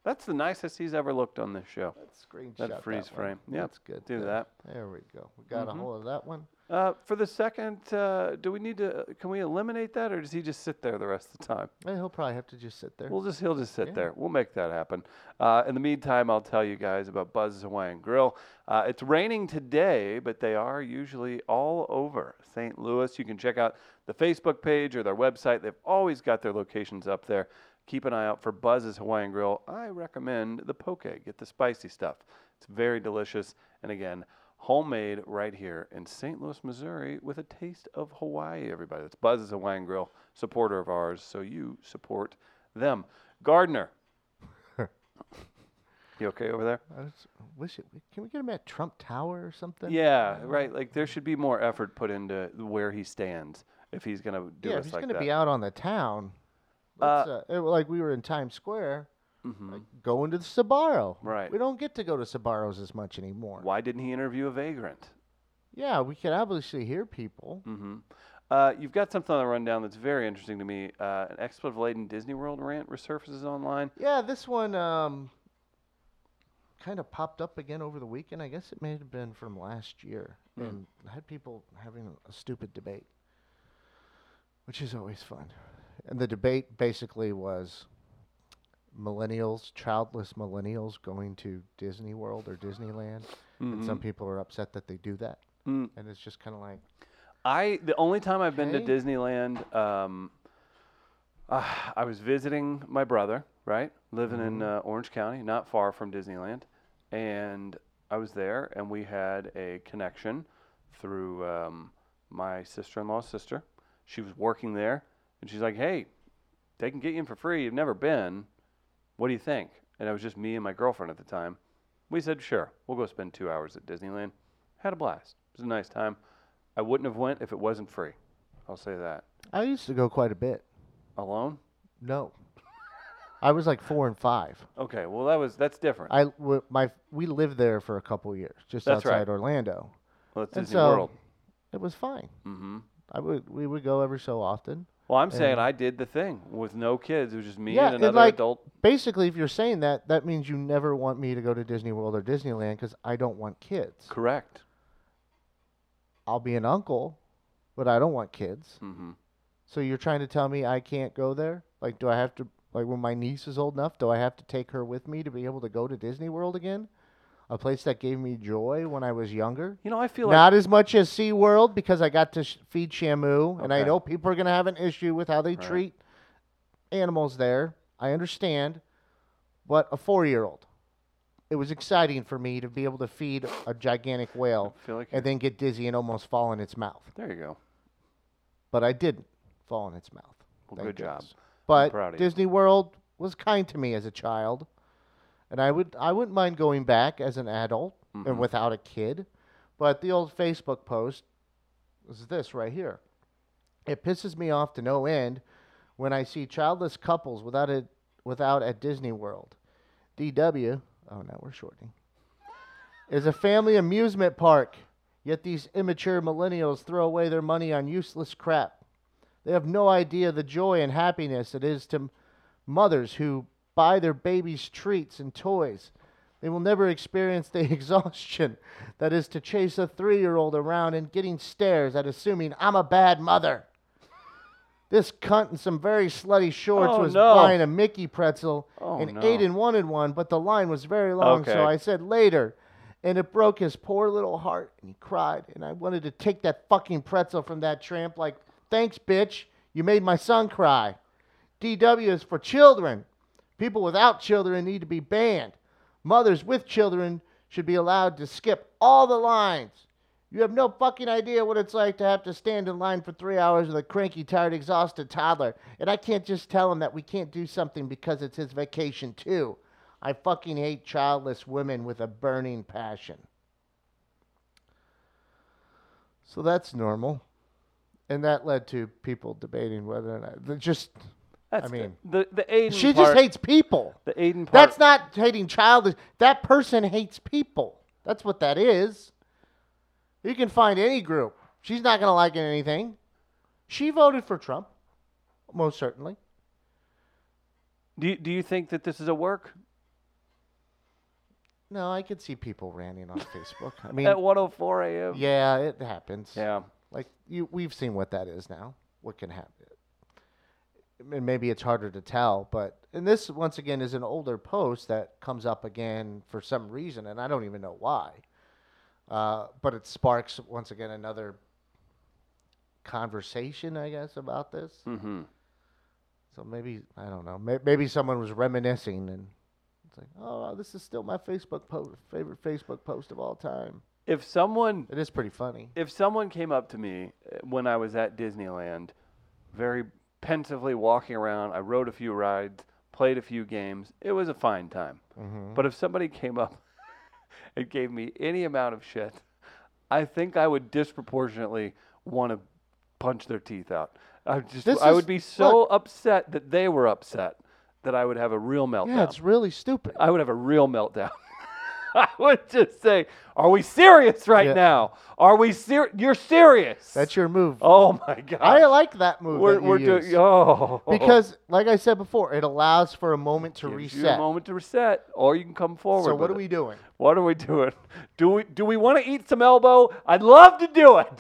A: That's the nicest he's ever looked on this show.
B: Let's screenshot
A: That freeze
B: one.
A: frame. Yep,
B: That's good.
A: do
B: There-
A: that.
B: There we go. We got
A: Mhm.
B: a hold of that one.
A: Uh, for the second, uh, do we need to? Can we eliminate that, or does he just sit there the rest of the time?
B: Eh, He'll probably have to just sit there.
A: We'll just he'll just sit
B: Yeah.
A: there. We'll make that happen. Uh, in the meantime, I'll tell you guys about Buzz's Hawaiian Grill. Uh, it's raining today, but they are usually all over St. Louis. You can check out the Facebook page or their website. They've always got their locations up there. Keep an eye out for Buzz's Hawaiian Grill. I recommend the poke. Get the spicy stuff. It's very delicious, and again, homemade right here in St. Louis, Missouri, with a taste of Hawaii. Everybody, that's Buzz's Hawaiian Grill, supporter of ours. So you support them. Gardner. you okay over there?
B: I just wish it. Can we get him at Trump Tower or something?
A: Yeah, right. Like there should be more effort put into where he stands if he's gonna do
B: yeah,
A: us
B: if he's
A: like
B: gonna
A: that.
B: be out on the town. Let's, uh, eh, like we were in Times Square,
A: Mhm.
B: like going to the Sabaro.
A: Right.
B: We don't get to go to Sabaros as much anymore.
A: Why didn't he interview a vagrant?
B: Yeah, we can obviously hear people.
A: hmm Uh, you've got something on the rundown that's very interesting to me. Uh, an expletive laden Disney World rant resurfaces online.
B: Yeah, this one um, kind of popped up again over the weekend. I guess it may have been from last year,
A: Hmm.
B: and had people having a stupid debate, which is always fun. And the debate basically was millennials, childless millennials, going to Disney World or Disneyland, and some
A: Mhm.
B: people are upset that they do that,
A: Mm.
B: and it's just kind of like,
A: I the only time I've been to
B: Okay.
A: Disneyland, um, ah, I was visiting my brother, right, living in uh, Orange County, not far from Disneyland, and I was there, and we had a connection through um, my sister-in-law's sister. She was working there, and she's like, "Hey, they can get you in for free. You've never been. What do you think?" And it was just me and my girlfriend at the time. We said, "Sure, we'll go spend two hours at Disneyland." Had a blast. It was a nice time. I wouldn't have went if it wasn't free. I'll say that.
B: I used to go quite a bit.
A: Alone?
B: No, I was like four and five.
A: Okay. Well, that was that's different.
B: I w- my we lived there for a couple years, just
A: That's right.
B: outside Orlando.
A: well, it's
B: and
A: Disney
B: so-
A: World.
B: It was fine.
A: Mm-hmm.
B: I would we would go every so often.
A: Well, I'm saying
B: And-
A: I did the thing with no kids. It was just me
B: Yeah,
A: and
B: and
A: another
B: like-
A: adult.
B: Basically, if you're saying that, that means you never want me to go to Disney World or Disneyland because I don't want kids.
A: Correct.
B: I'll be an uncle, but I don't want kids.
A: hmm
B: So you're trying to tell me I can't go there? Like, do I have to, like, when my niece is old enough, do I have to take her with me to be able to go to Disney World again? A place that gave me joy when I was younger?
A: You know, I feel like
B: Not as much as SeaWorld because I got to sh- feed Shamu, and I
A: Okay.
B: know people are going to have an issue with how they
A: Right.
B: treat animals there. I understand. But a four year old, it was exciting for me to be able to feed a gigantic
A: I
B: whale
A: feel like
B: and then get dizzy and almost fall in its mouth.
A: there you go.
B: But I didn't fall in its mouth.
A: Well,
B: Thank
A: good job.
B: goodness.
A: proud
B: But
A: of you.
B: Disney World was kind to me as a child, and I would I wouldn't mind going back as an adult
A: Mhm.
B: and without a kid. But the old Facebook post is this right here. It pisses me off to no end when I see childless couples without a without at Disney World. DW, oh no, we're shortening. Is a family amusement park. Yet these immature millennials throw away their money on useless crap. They have no idea the joy and happiness it is to m- mothers who buy their babies treats and toys. They will never experience the exhaustion that is to chase a three year old around and getting stares at assuming I'm a bad mother. This cunt in some very slutty shorts
A: Oh,
B: was
A: no.
B: buying a Mickey pretzel
A: Oh,
B: and
A: no.
B: Aiden wanted one, but the line was very long,
A: Okay.
B: so I said later. And it broke his poor little heart, and he cried. And I wanted to take that fucking pretzel from that tramp, like, thanks, bitch. You made my son cry. DW is for children. People without children need to be banned. Mothers with children should be allowed to skip all the lines. You have no fucking idea what it's like to have to stand in line for three hours with a cranky, tired, exhausted toddler. And I can't just tell him that we can't do something because it's his vacation, too. I fucking hate childless women with a burning passion. So that's normal. And that led to people debating whether or not. they're Just,
A: That's
B: I mean,
A: the the Aiden
B: she
A: part,
B: just hates people.
A: the Aiden part.
B: That's not hating childish. That person hates people. That's what that is. You can find any group. She's not going to like anything. She voted for Trump, most certainly.
A: do you, do you think that this is a work
B: No, I could see people ranting on Facebook. I mean,
A: at 104 a.m.?
B: yeah, it happens.
A: Yeah.
B: Like you, we've seen what that is now. What can happen? And maybe it's harder to tell, but and this once again is an older post that comes up again for some reason, and I don't even know why. Uh, but it sparks once again another conversation, I guess, about this.
A: Mm-hmm.
B: So maybe I don't know. May- Maybe someone was reminiscing, and it's like, oh, this is still my Facebook post, favorite Facebook post of all time.
A: If someone
B: It is pretty funny.
A: if someone came up to me uh, when I was at Disneyland, very pensively walking around, I rode a few rides, played a few games. It was a fine time.
B: Mhm.
A: Mm-hmm. But if somebody came up and gave me any amount of shit, I think I would disproportionately want to punch their teeth out. I just
B: This
A: I
B: is-
A: would be so
B: look.
A: upset that they were upset that I would have a real meltdown.
B: Yeah, it's really stupid.
A: I would have a real meltdown. I would just say, "Are we serious right
B: Yeah.
A: now? Are we serious? You're serious."
B: That's your move.
A: Oh my god.
B: I like that move.
A: We're,
B: that you
A: we're doing-
B: use.
A: oh.
B: because, like I said before, it allows for a moment to
A: Gives you a
B: reset.
A: moment to reset, or you can come forward.
B: so what
A: with
B: are
A: it.
B: we doing?
A: What are we doing? Do we do we want to eat some elbow? I'd love to do it.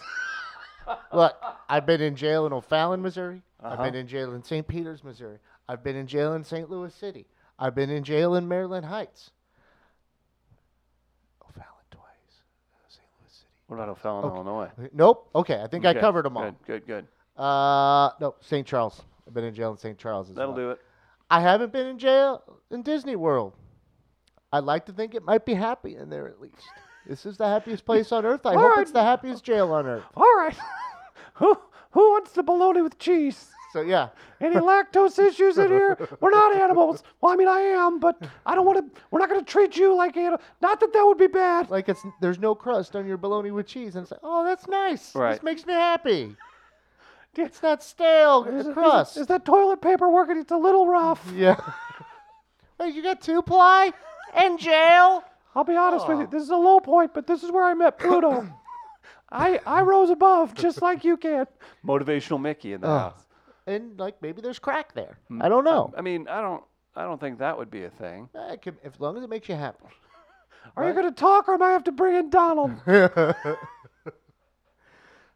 B: Look, I've been in jail in O'Fallon, Missouri.
A: Uh-huh.
B: I've been in jail in St. Peter's, Missouri. I've been in jail in St. Louis City. I've been in jail in Maryland Heights. O'Fallon twice. St. Louis City.
A: What about O'Fallon,
B: Okay.
A: Illinois?
B: Okay, Nope. Okay, I think I
A: Okay,
B: covered them all.
A: Good, good, good.
B: Uh, no, St. Charles. I've been in jail in St. Charles. As
A: That'll
B: well.
A: do it.
B: I haven't been in jail in Disney World. I'd like to think it might be happy in there at least. This is the happiest place on earth. I hope it's the happiest jail on earth.
A: All right. who who wants the bologna with cheese?
B: So yeah,
A: Any lactose issues in here? We're not animals. Well, I mean, I am, but I don't want to. We're not going to treat you like animal. Not that that would be bad.
B: like it's there's no crust on your bologna with cheese, and it's like, oh, that's nice.
A: Right.
B: This makes me happy. It's not stale
A: Is it- is it-
B: crust.
A: Is that toilet paper working? It's a little rough.
B: yeah. Wait, you got two ply in jail?
A: I'll be honest with you.
B: Aw.
A: This is a low point, but this is where I met Pluto. I, I rose above just like you can. Motivational Mickey in the
B: Ugh.
A: house.
B: And like maybe there's crack there.
A: Hmm.
B: I don't know.
A: I mean, I don't I don't think that would be a thing.
B: Eh, it could- as long as it makes you happy.
A: Are you
B: Right?
A: going to talk or am I have to bring in Donald?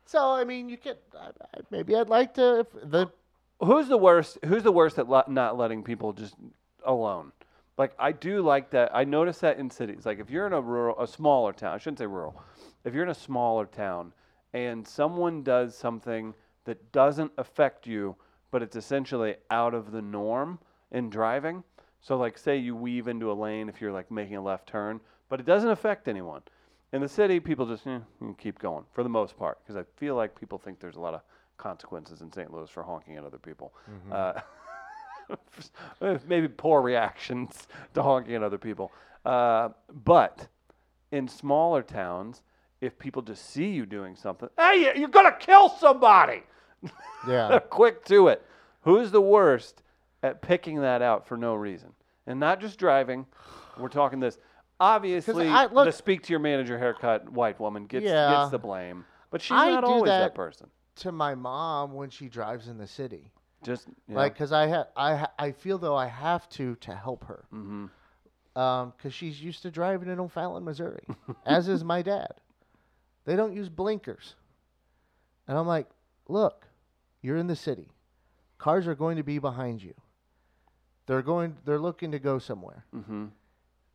B: so I mean, you could I, I, maybe I'd like to if the
A: who's the worst? Who's the worst at lo- not letting people just alone? Like I do like that. I notice that in cities. Like if you're in a rural, a smaller town, I shouldn't say rural. If you're in a smaller town and someone does something that doesn't affect you, but it's essentially out of the norm in driving. So like say you weave into a lane if you're like making a left turn, but it doesn't affect anyone. In the city, people just eh, mm, keep going for the most part because I feel like people think there's a lot of consequences in St. Louis for honking at other people. Uh, maybe poor reactions to honking at other people. Uh, but in smaller towns, if people just see you doing something, hey, you- you're going to kill somebody.
B: yeah
A: Quick to it. Who's the worst at picking that out for no reason? And not just driving. We're talking this. Obviously,
B: I- look-
A: the speak to your manager haircut white woman gets,
B: Yeah.
A: gets the blame. But she's
B: I
A: not
B: do
A: always that.
B: that.
A: person.
B: to my mom when she drives in the city.
A: Just you know,
B: Like 'cause Like, cause I ha- I ha- I feel though I have to to help her,
A: mhm.
B: um, cause she's used to driving in O'Fallon, Missouri, as is my dad. They don't use blinkers, and I'm like, look, you're in the city, cars are going to be behind you. They're going. They're looking to go somewhere.
A: Mhm.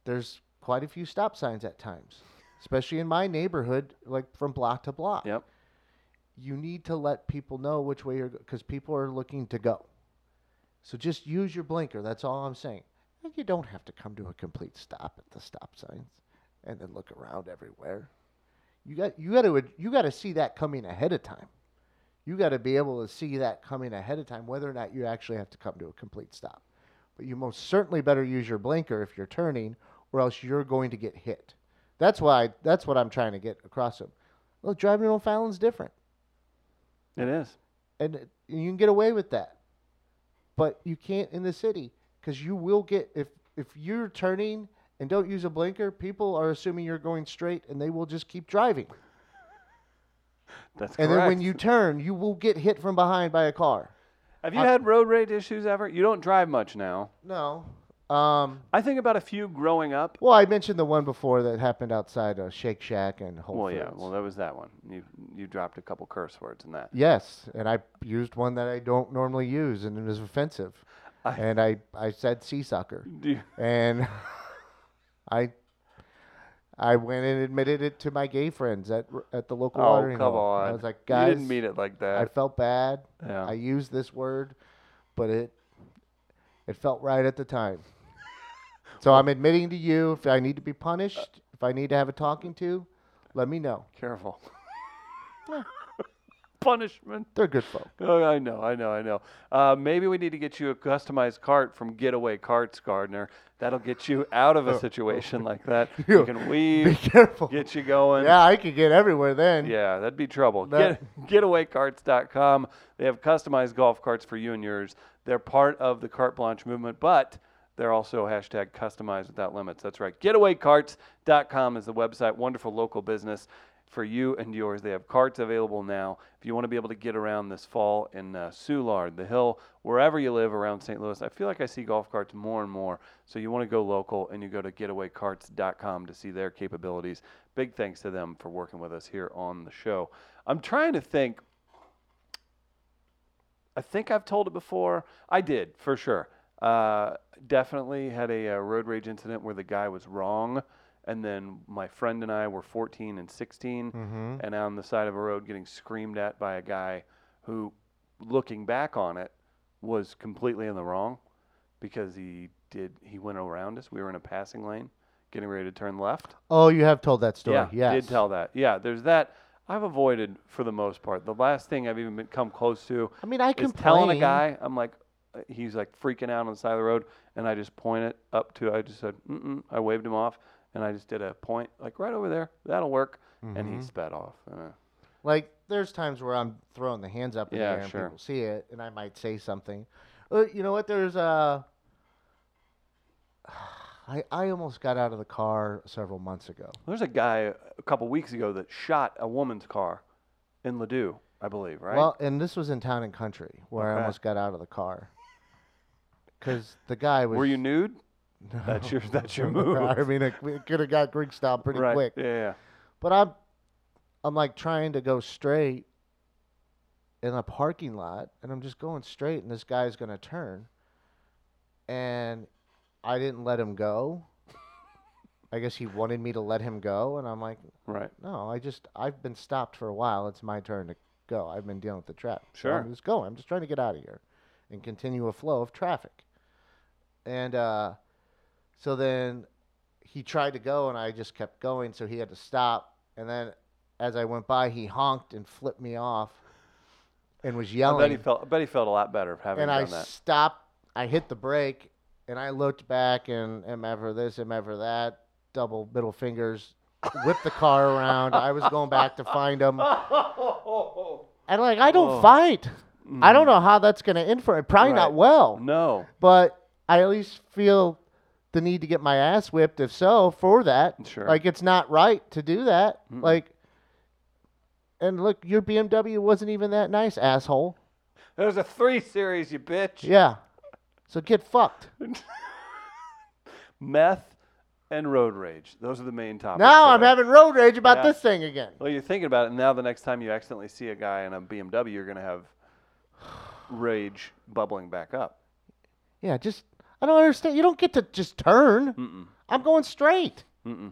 B: There's quite a few stop signs at times, especially in my neighborhood, like from block to block.
A: Yep.
B: you need to let people know which way you're because people are looking to go. So just use your blinker. That's all I'm saying. And you don't have to come to a complete stop at the stop signs and then look around everywhere. You got you got to you got to see that coming ahead of time. You got to be able to see that coming ahead of time, whether or not you actually have to come to a complete stop. But you most certainly better use your blinker if you're turning, or else you're going to get hit. That's why that's what I'm trying to get across. Them. Well, driving on Fallon's different
A: It is.
B: and it- you can get away with that but you can't in the city because you will get if if you're turning and don't use a blinker people are assuming you're going straight and they will just keep driving
A: That's correct.
B: and then when you turn you will get hit from behind by a car
A: Have you had road rage issues ever? You don't drive much now.
B: no um
A: I think about a few growing up.
B: well i mentioned the one before that happened outside of shake shack and whole
A: Well,
B: foods
A: yeah. Well, that was that one. You you dropped a couple curse words in that.
B: yes and i used one that i don't normally use and it was offensive
A: I-
B: and i i said sea sucker
A: Do you,
B: and I I went and admitted it to my gay friends at at the local
A: oh,
B: watering
A: come
B: hole.
A: on.
B: I was like,
A: you
B: guys,
A: didn't mean it like
B: I
A: that.
B: felt bad.
A: yeah.
B: I used this word, but it it felt right at the time. So I'm admitting to you, if I need to be punished, if I need to have a talking to, let me know.
A: Careful. Punishment.
B: They're good folk.
A: Oh, I know, I know, I know. Uh, maybe we need to get you a customized cart from Getaway Carts, Gardner. That'll get you out of a situation like that. You
B: Oh, You-
A: can
B: Be
A: weave,
B: careful.
A: get you going.
B: Yeah, I could get everywhere then.
A: Yeah, that'd be trouble.
B: That-
A: Get, getawaycarts.com. They have customized golf carts for you and yours. They're part of the carte blanche movement, but they're also hashtag customized without limits. That's right. Getawaycarts.com is the website. Wonderful local business for you and yours. They have carts available now. If you want to be able to get around this fall in uh, Soulard, the hill, wherever you live around St. Louis, I feel like I see golf carts more and more. So you want to go local and you go to getawaycarts.com to see their capabilities. Big thanks to them for working with us here on the show. I'm trying to think. I think I've told it before. I did, for sure. Uh, definitely had a, uh road rage incident where the guy was wrong. And then my friend and I were 14 and 16
B: Mm-hmm.
A: and on the side of a road getting screamed at by a guy who, looking back on it, was completely in the wrong because he did he went around us. We were in a passing lane, getting ready to turn left.
B: Oh, you have told that story.
A: Yeah,
B: yes.
A: did tell that. Yeah, there's that. I've avoided for the most part. The last thing I've even been come close to
B: I mean, I
A: is
B: complain.
A: telling a guy. I'm like, uh, he's like freaking out on the side of the road, and I just point it up to. I just said, Mm-mm, I waved him off, and I just did a point like right over there. That'll work. And
B: Mm-hmm.
A: he sped off. Uh,
B: Like there's times where I'm throwing the hands up in
A: Yeah,
B: the air and
A: sure.
B: people see it, and I might say something. Uh, you know what? There's a. I, I almost got out of the car several months ago.
A: There's a guy a couple weeks ago that shot a woman's car in Ladue, I believe, right?
B: Well, and this was in town and country where
A: Okay.
B: I almost got out of the car. Because the guy was.
A: Were you nude?
B: No.
A: That's your- that's your move.
B: I mean, it, could have got Greek style pretty
A: right.
B: quick.
A: Yeah, yeah.
B: But I'm, I'm like trying to go straight in a parking lot, and I'm just going straight, and this guy's gonna turn, and I didn't let him go. I guess he wanted me to let him go, and I'm like,
A: Right.
B: no, I just I've been stopped for a while. It's my turn to go. I've been dealing with the traffic. so
A: Sure.
B: I'm just going. I'm just trying to get out of here and continue a flow of traffic. And uh, so then he tried to go, and I just kept going. So he had to stop. And then as I went by, he honked and flipped me off, and
A: I
B: was
A: bet he
B: yelling.
A: felt. I bet he felt a lot better of having
B: And I
A: done that.
B: stopped. I hit the brake, and I looked back, and am ever this, am ever that. Double middle fingers. Whipped the car around. I was going back to find him. And like, I don't
A: Oh. Hmm.
B: fight. I don't know how that's going to infer. Probably not
A: Right.
B: well.
A: No,
B: But I at least feel the need to get my ass whipped, if so, for that.
A: Sure.
B: Like, it's not right to do that.
A: Mm-mm.
B: Like, and look, your BMW wasn't even that nice, asshole.
A: there's a three series, you bitch.
B: Yeah. So get fucked.
A: Meth and road rage. Those are the main topics.
B: now I'm
A: today.
B: having road rage about
A: Yeah.
B: this thing again.
A: Well, you're thinking about it and now. The next time you accidentally see a guy in a BMW, you're gonna have rage bubbling back up.
B: Yeah, just, I don't understand. You don't get to just turn.
A: Mm-mm.
B: I'm going straight.
A: Mm-mm.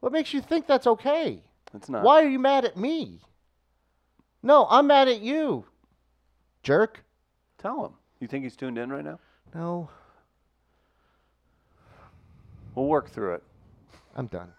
B: What makes you think that's okay?
A: It's not.
B: Why are you mad at me? No, I'm mad at you. Jerk.
A: Tell him. You think he's tuned in right now?
B: No,
A: We'll work through it.
B: I'm done.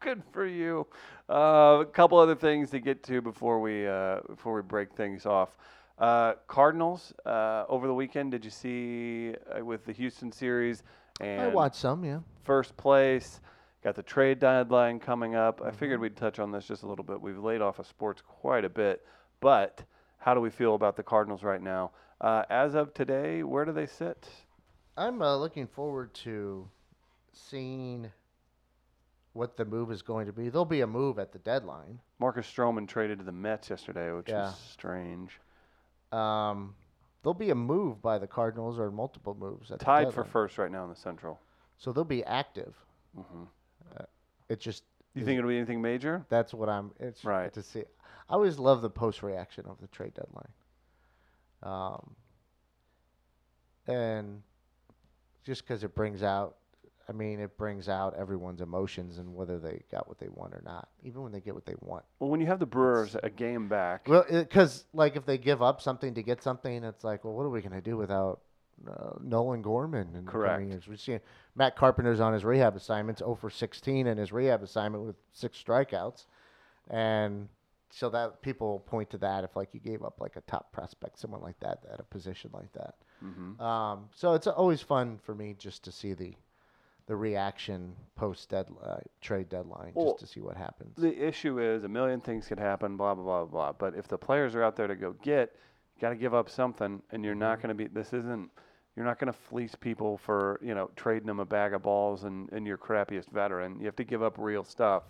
A: Good for you. Uh, a couple other things to get to before we uh, before we break things off. Uh, Cardinals uh, over the weekend. Did you see uh, with the Houston series and
B: I watched some, yeah.
A: first place? Got the trade deadline coming up. I
B: Mm-hmm.
A: figured we'd touch on this just a little bit. We've laid off of sports quite a bit, but how do we feel about the Cardinals right now? Uh, as of today, where do they sit?
B: I'm uh, looking forward to seeing what the move is going to be. There'll be a move at the deadline.
A: Marcus Stroman traded to the Mets yesterday, which
B: Yeah.
A: is strange.
B: Um, there'll be a move by the Cardinals or multiple moves at the
A: Tied for
B: deadline.
A: first right now in the Central.
B: So they'll be active.
A: hmm
B: It just
A: You
B: is-
A: think it'll be anything major?
B: that's what I'm. It's
A: Right.
B: to see. I always love the post reaction of the trade deadline. Um, and just because it brings out, I mean, it brings out everyone's emotions and whether they got what they want or not, even when they get what they want.
A: Well, when you have the Brewers a game back,
B: Well, because like if they give up something to get something, it's like, well, what are we gonna do without uh, Nolan Gorman? In the coming
A: Correct.
B: years? We've seen Matt Carpenter's on his rehab assignments, 0 for 16 in his rehab assignment with six strikeouts, and so that people point to that if like you gave up like a top prospect, someone like that at a position like that.
A: hmm
B: Um, so it's always fun for me just to see the the reaction post deadline trade deadline,
A: Well,
B: just to see what happens.
A: the issue is a million things could happen, blah, blah, blah, blah. But if the players are out there to go get, you got to give up something, and you're not going to be, this isn't, you're not going to fleece people for, you know, trading them a bag of balls and, and your crappiest veteran. You have to give up real stuff.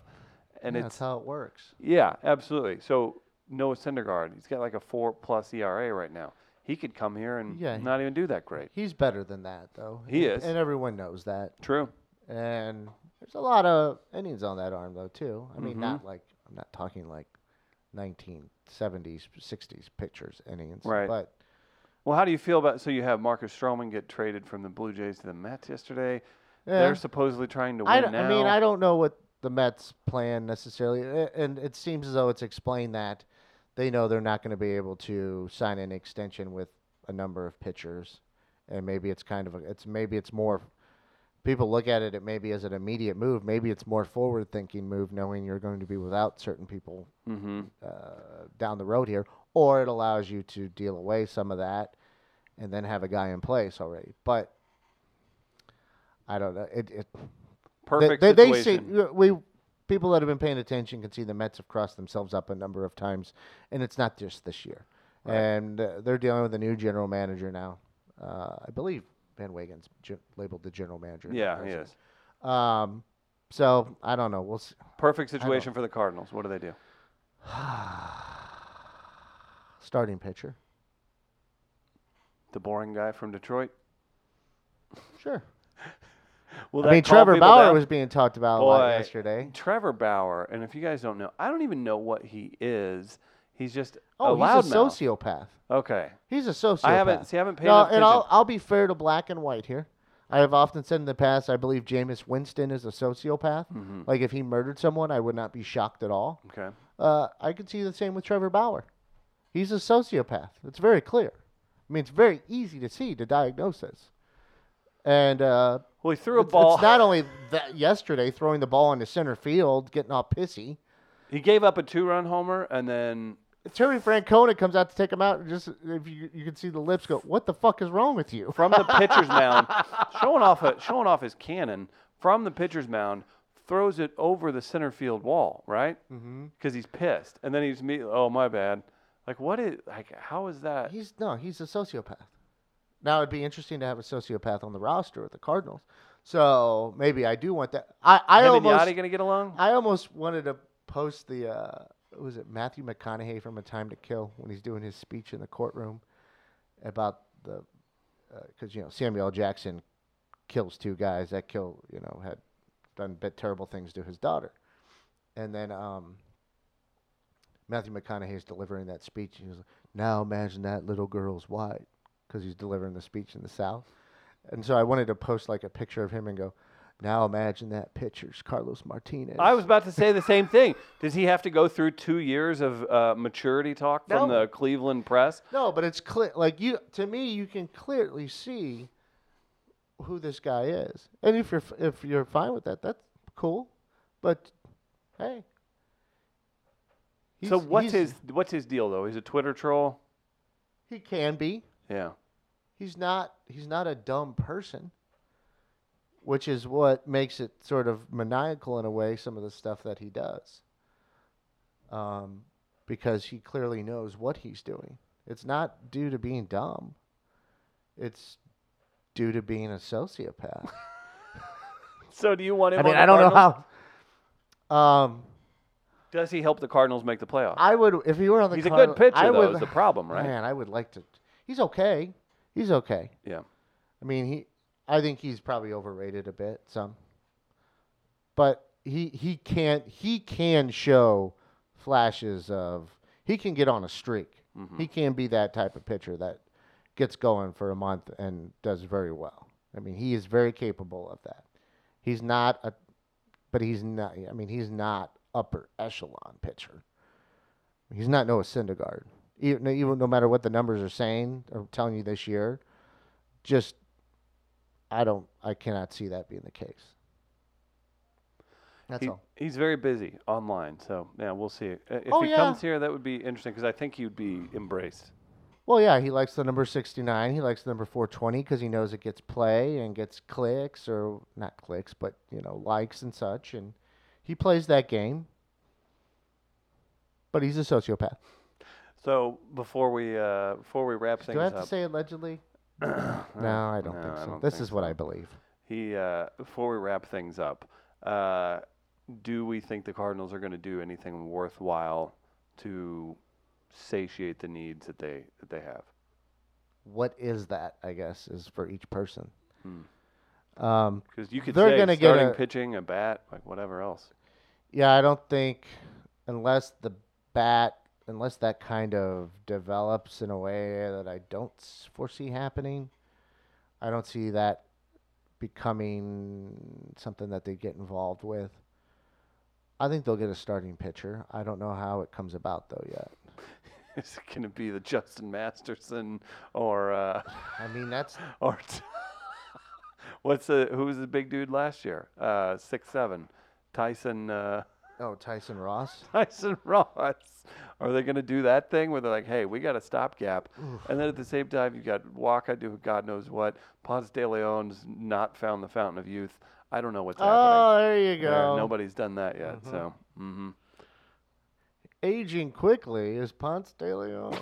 A: And
B: Yeah,
A: it's,
B: that's how it works.
A: yeah, absolutely. So Noah Syndergaard, he's got like a four plus ERA right now. He could come here and
B: Yeah.
A: not even do that great.
B: He's better than that, though.
A: He
B: and,
A: is.
B: and everyone knows that.
A: True.
B: And there's a lot of innings on that arm, though, too. I mean,
A: Mhm.
B: not like I'm not talking like 1970s, 60s pitchers innings,
A: Right.
B: But
A: Well, how do you feel about so you have Marcus Stroman get traded from the Blue Jays to the Mets yesterday?
B: eh,
A: They're supposedly trying to win
B: I, don't-
A: now.
B: I mean, I don't know what the Mets plan necessarily, a- and it seems as though it's explained that they know they're not going to be able to sign an extension with a number of pitchers, and maybe it's kind of a, it's maybe it's more. People look at it, it maybe as an immediate move. Maybe it's more forward-thinking move, knowing you're going to be without certain people
A: Mm-hmm.
B: uh, down the road here, or it allows you to deal away some of that and then have a guy in place already. But I don't know. It, it they-
A: Perfect
B: They, they, see
A: situation.
B: we people that have been paying attention can see the Mets have crossed themselves up a number of times, and it's not just this year.
A: Right.
B: And uh, they're dealing with a new general manager now. Uh, I believe Van Wagen's ge- labeled the general manager.
A: yeah,
B: as
A: he
B: it.
A: is.
B: Um, so I don't know. We'll see.
A: Perfect situation for the Cardinals. What do they do?
B: starting pitcher.
A: The boring guy from Detroit.
B: Sure.
A: Will
B: I
A: that
B: mean,
A: calm
B: Trevor
A: people
B: Bauer
A: down?
B: was being talked about a lot
A: Boy.
B: yesterday.
A: Trevor Bauer, and if you guys don't know, I don't even know what he is. He's just
B: Oh,
A: a loudmouth.
B: he's a sociopath.
A: Okay,
B: He's a sociopath.
A: I haven't. See, I haven't paid
B: No,
A: enough
B: and
A: attention.
B: I'll, I'll be fair to black and white here. I have often said in the past, I believe Jameis Winston is a sociopath.
A: Mhm.
B: Like, if he murdered someone, I would not be shocked at all.
A: Okay.
B: Uh, I could see the same with Trevor Bauer. He's a sociopath. It's very clear. I mean, it's very easy to see to diagnose this. And uh,
A: Well, he threw a
B: it's,
A: ball.
B: it's not only that yesterday throwing the ball into center field, getting all pissy.
A: he gave up a two-run homer, and then
B: Terry Francona comes out to take him out, and just if you you can see the lips go, "What the fuck is wrong with you?"
A: from the pitcher's mound, showing off a, showing off his cannon from the pitcher's mound, throws it over the center field wall, right?
B: Mm-hmm.
A: Because he's pissed, and then he's me. Oh my bad. Like what is like? How is that?
B: He's no, he's a sociopath. Now it'd be interesting to have a sociopath on the roster with the Cardinals. So maybe I do want that. I I
A: Him
B: almost
A: and Yachty gonna get along?
B: I almost wanted to post the uh, what was it Matthew McConaughey from A Time to Kill when he's doing his speech in the courtroom about the because you know Samuel L. Jackson kills two guys that kill you know had done bit terrible things to his daughter, and then um, Matthew McConaughey's delivering that speech. He was like, "Now imagine that little girl's white," because he's delivering the speech in the South, and so I wanted to post like a picture of him and go. Now imagine that picture's Carlos Martinez.
A: I was about to say the same thing. Does he have to go through two years of uh, maturity talk from
B: No.
A: the Cleveland press?
B: No, but it's clear. Like you, to me, you can clearly see who this guy is, and if you're f- if you're fine with that, that's cool. But hey,
A: so
B: He's-
A: what's
B: he's-
A: his what's his deal though? He's a Twitter troll.
B: He can be.
A: Yeah.
B: He's not. He's not a dumb person, which is what makes it sort of maniacal in a way. Some of the stuff that he does, um, because he clearly knows what he's doing. It's not due to being dumb. It's due to being a sociopath.
A: So do you want him?
B: I mean,
A: on the
B: I don't know
A: Cardinals?
B: how. Um,
A: Does he help the Cardinals make the playoffs?
B: I would if he were on the.
A: He's a
B: Cardinal-
A: good pitcher
B: I
A: though.
B: would,
A: Is the problem, right?
B: Man, I would like to. He's okay. He's okay.
A: Yeah.
B: I mean, he. I think he's probably overrated a bit some. But he he can he can show flashes of he can get on a streak.
A: Mhm.
B: He can be that type of pitcher that gets going for a month and does very well. I mean, he is very capable of that. He's not a, but he's not. I mean, he's not upper echelon pitcher. He's not Noah Syndergaard. Even, even no matter what the numbers are saying or telling you this year, just I don't. I cannot see that being the case. That's
A: He-
B: all.
A: He's very busy online, so yeah, we'll see. Uh, If
B: Oh,
A: he
B: yeah.
A: comes here, that would be interesting because I think he'd be embraced.
B: Well, yeah, he likes the number 69. He likes the number 420 because he knows it gets play and gets clicks or not clicks, but, you know, likes and such. And he plays that game. But he's a sociopath.
A: So before we uh, before we wrap things
B: Do I have
A: up,
B: to say allegedly? no, I don't
A: Uh, no,
B: think
A: I
B: so.
A: don't
B: this
A: think
B: is what I believe.
A: he uh, before we wrap things up, uh, do we think the Cardinals are going to do anything worthwhile to satiate the needs that they that they have?
B: What is that, I guess, is for each person.
A: Hmm.
B: Um,
A: Because you could
B: They're
A: say
B: gonna get
A: starting
B: a-
A: pitching, a bat, like whatever else.
B: Yeah, I don't think unless the bat unless that kind of develops in a way that I don't s- foresee happening, I don't see that becoming something that they get involved with. I think they'll get a starting pitcher. I don't know how it comes about though yet.
A: Is it going to be the Justin Masterson or uh,
B: I mean, that's
A: or what's the who was the big dude last year? Uh, six seven, Tyson uh,
B: oh, Tyson Ross.
A: Tyson Ross. Are they going to do that thing where they're like, hey, we got a stopgap, and then at the same time you got Waka do God knows what. Ponce de Leon's not found the fountain of youth. I don't know what's happening.
B: Oh, there you
A: There-
B: go.
A: nobody's done that yet.
B: Mhm.
A: So mhm.
B: Aging quickly is Ponce de Leon.